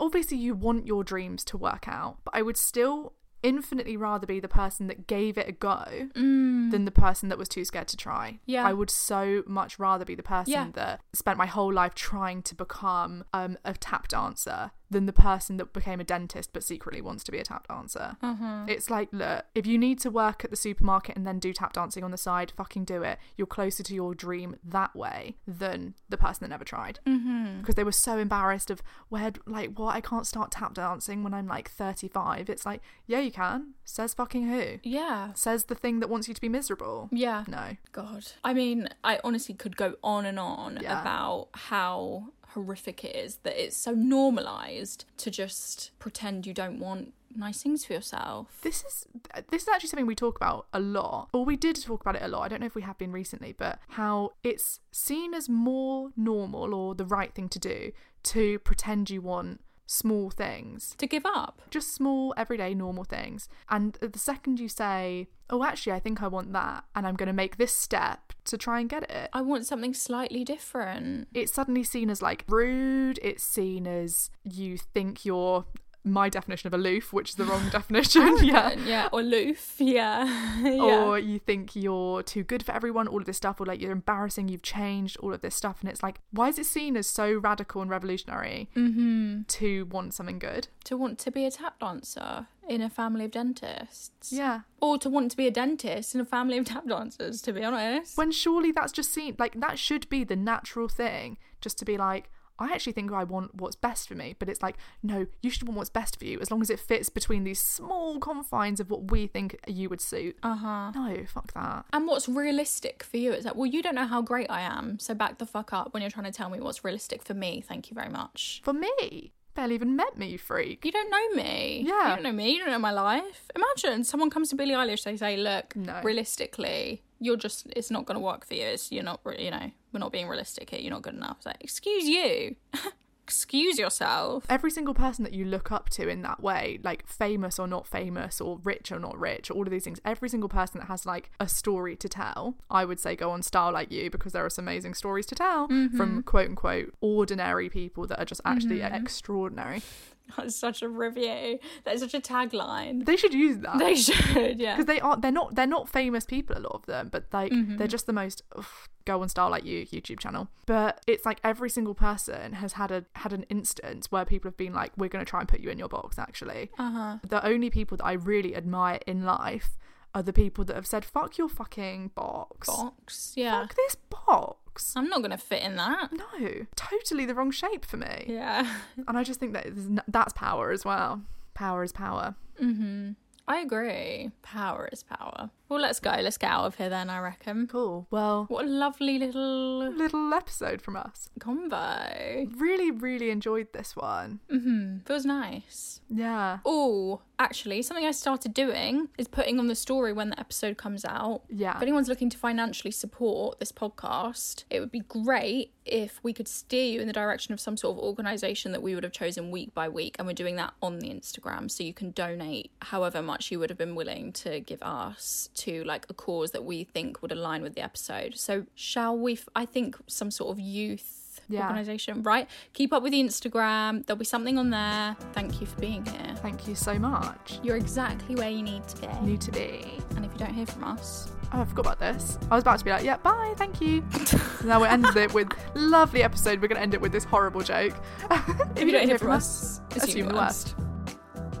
[SPEAKER 3] obviously, you want your dreams to work out, but I would still infinitely rather be the person that gave it a go than the person that was too scared to try.
[SPEAKER 2] Mm. Yeah.
[SPEAKER 3] I would so much rather be the person
[SPEAKER 2] Yeah.
[SPEAKER 3] that spent my whole life trying to become um, a tap dancer than the person that became a dentist but secretly wants to be a tap dancer.
[SPEAKER 2] Mm-hmm.
[SPEAKER 3] It's like, look, if you need to work at the supermarket and then do tap dancing on the side, fucking do it. You're closer to your dream that way than the person that never tried. Mm-hmm. Because they were so embarrassed of where, like, what? I can't start tap dancing when I'm like 35. It's like, yeah, you can. Says fucking who?
[SPEAKER 2] Yeah.
[SPEAKER 3] Says the thing that wants you to be miserable.
[SPEAKER 2] Yeah.
[SPEAKER 3] No.
[SPEAKER 2] God. I mean, I honestly could go on and on
[SPEAKER 3] Yeah.
[SPEAKER 2] about how horrific it is that it's so normalized to just pretend you don't want nice things for yourself.
[SPEAKER 3] This is this is actually something we talk about a lot, or we did talk about it a lot. I don't know if we have been recently, but how it's seen as more normal or the right thing to do to pretend you want small things,
[SPEAKER 2] to give up.
[SPEAKER 3] just small everyday normal things. And the second you say, "Oh, actually, I think I want that," and I'm going to make this step to try and get it,
[SPEAKER 2] I want something slightly different.
[SPEAKER 3] it's suddenly seen as like rude. It's seen as you think you're my definition of aloof, which is the wrong definition. yeah.
[SPEAKER 2] Yeah, or aloof. Yeah. yeah.
[SPEAKER 3] or you think you're too good for everyone, all of this stuff, or like you're embarrassing, you've changed, all of this stuff. And it's like, why is it seen as so radical and revolutionary to want something good?
[SPEAKER 2] to want to be a tap dancer in a family of dentists.
[SPEAKER 3] Yeah.
[SPEAKER 2] Or to want to be a dentist in a family of tap dancers, to be honest.
[SPEAKER 3] When surely that's just seen, like, that should be the natural thing, just to be like, I actually think I want what's best for me, but it's like, no, you should want what's best for you as long as it fits between these small confines of what we think you would suit. Uh huh. No, fuck that.
[SPEAKER 2] and what's realistic for you? It's like, well, you don't know how great I am, so back the fuck up when you're trying to tell me what's realistic for me. Thank you very much.
[SPEAKER 3] For me, barely even met me, you freak.
[SPEAKER 2] You don't know me.
[SPEAKER 3] Yeah.
[SPEAKER 2] You don't know me. You don't know my life. Imagine someone comes to Billie Eilish, they say, look,
[SPEAKER 3] No.
[SPEAKER 2] realistically, you're just, it's not going to work for you. It's, you're not, re- you know, we're not being realistic here. You're not good enough. It's like, excuse you. excuse yourself.
[SPEAKER 3] every single person that you look up to in that way, like famous or not famous, or rich or not rich, all of these things, every single person that has like a story to tell, I would say go on Style Like You because there are some amazing stories to tell from quote unquote ordinary people that are just actually extraordinary.
[SPEAKER 2] That's such a review. That is such a tagline.
[SPEAKER 3] They should use that.
[SPEAKER 2] They should, yeah.
[SPEAKER 3] because they are they're not they're not famous people a lot of them but like they're just the most ugh, go on star like you youtube channel but it's like every single person has had a had an instance where people have been like we're going to try and put you in your box actually uh-huh. the only people that i really admire in life are the people that have said fuck your fucking box Uh-huh.
[SPEAKER 2] Box, yeah.
[SPEAKER 3] fuck this box
[SPEAKER 2] I'm not gonna fit in that.
[SPEAKER 3] no totally the wrong shape for me
[SPEAKER 2] Yeah,
[SPEAKER 3] and i just think that is- that's power as well power is power
[SPEAKER 2] I agree. Power is power. Well, let's go. Let's get out of here then. I reckon.
[SPEAKER 3] cool well
[SPEAKER 2] What a lovely little
[SPEAKER 3] little episode from us
[SPEAKER 2] combo.
[SPEAKER 3] really really enjoyed this one
[SPEAKER 2] Feels nice.
[SPEAKER 3] yeah
[SPEAKER 2] Oh, actually, something I started doing is putting on the story when the episode comes out.
[SPEAKER 3] Yeah.
[SPEAKER 2] If anyone's looking to financially support this podcast, it would be great if we could steer you in the direction of some sort of organization that we would have chosen week by week. And we're doing that on the Instagram. So you can donate however much you would have been willing to give us to like a cause that we think would align with the episode. So, shall we? F- I think some sort of youth.
[SPEAKER 3] Yeah.
[SPEAKER 2] Organization, right? Keep up with the Instagram. There'll be something on there. Thank you for being here.
[SPEAKER 3] thank you so much
[SPEAKER 2] You're exactly where you need to be.
[SPEAKER 3] need to be
[SPEAKER 2] And if you don't hear from us,
[SPEAKER 3] oh i forgot about this i was about to be like yeah bye thank you now we ended it with lovely episode we're gonna end it with this horrible joke if
[SPEAKER 2] you don't hear from us, assume
[SPEAKER 3] assume
[SPEAKER 2] the
[SPEAKER 3] the
[SPEAKER 2] worst.
[SPEAKER 3] worst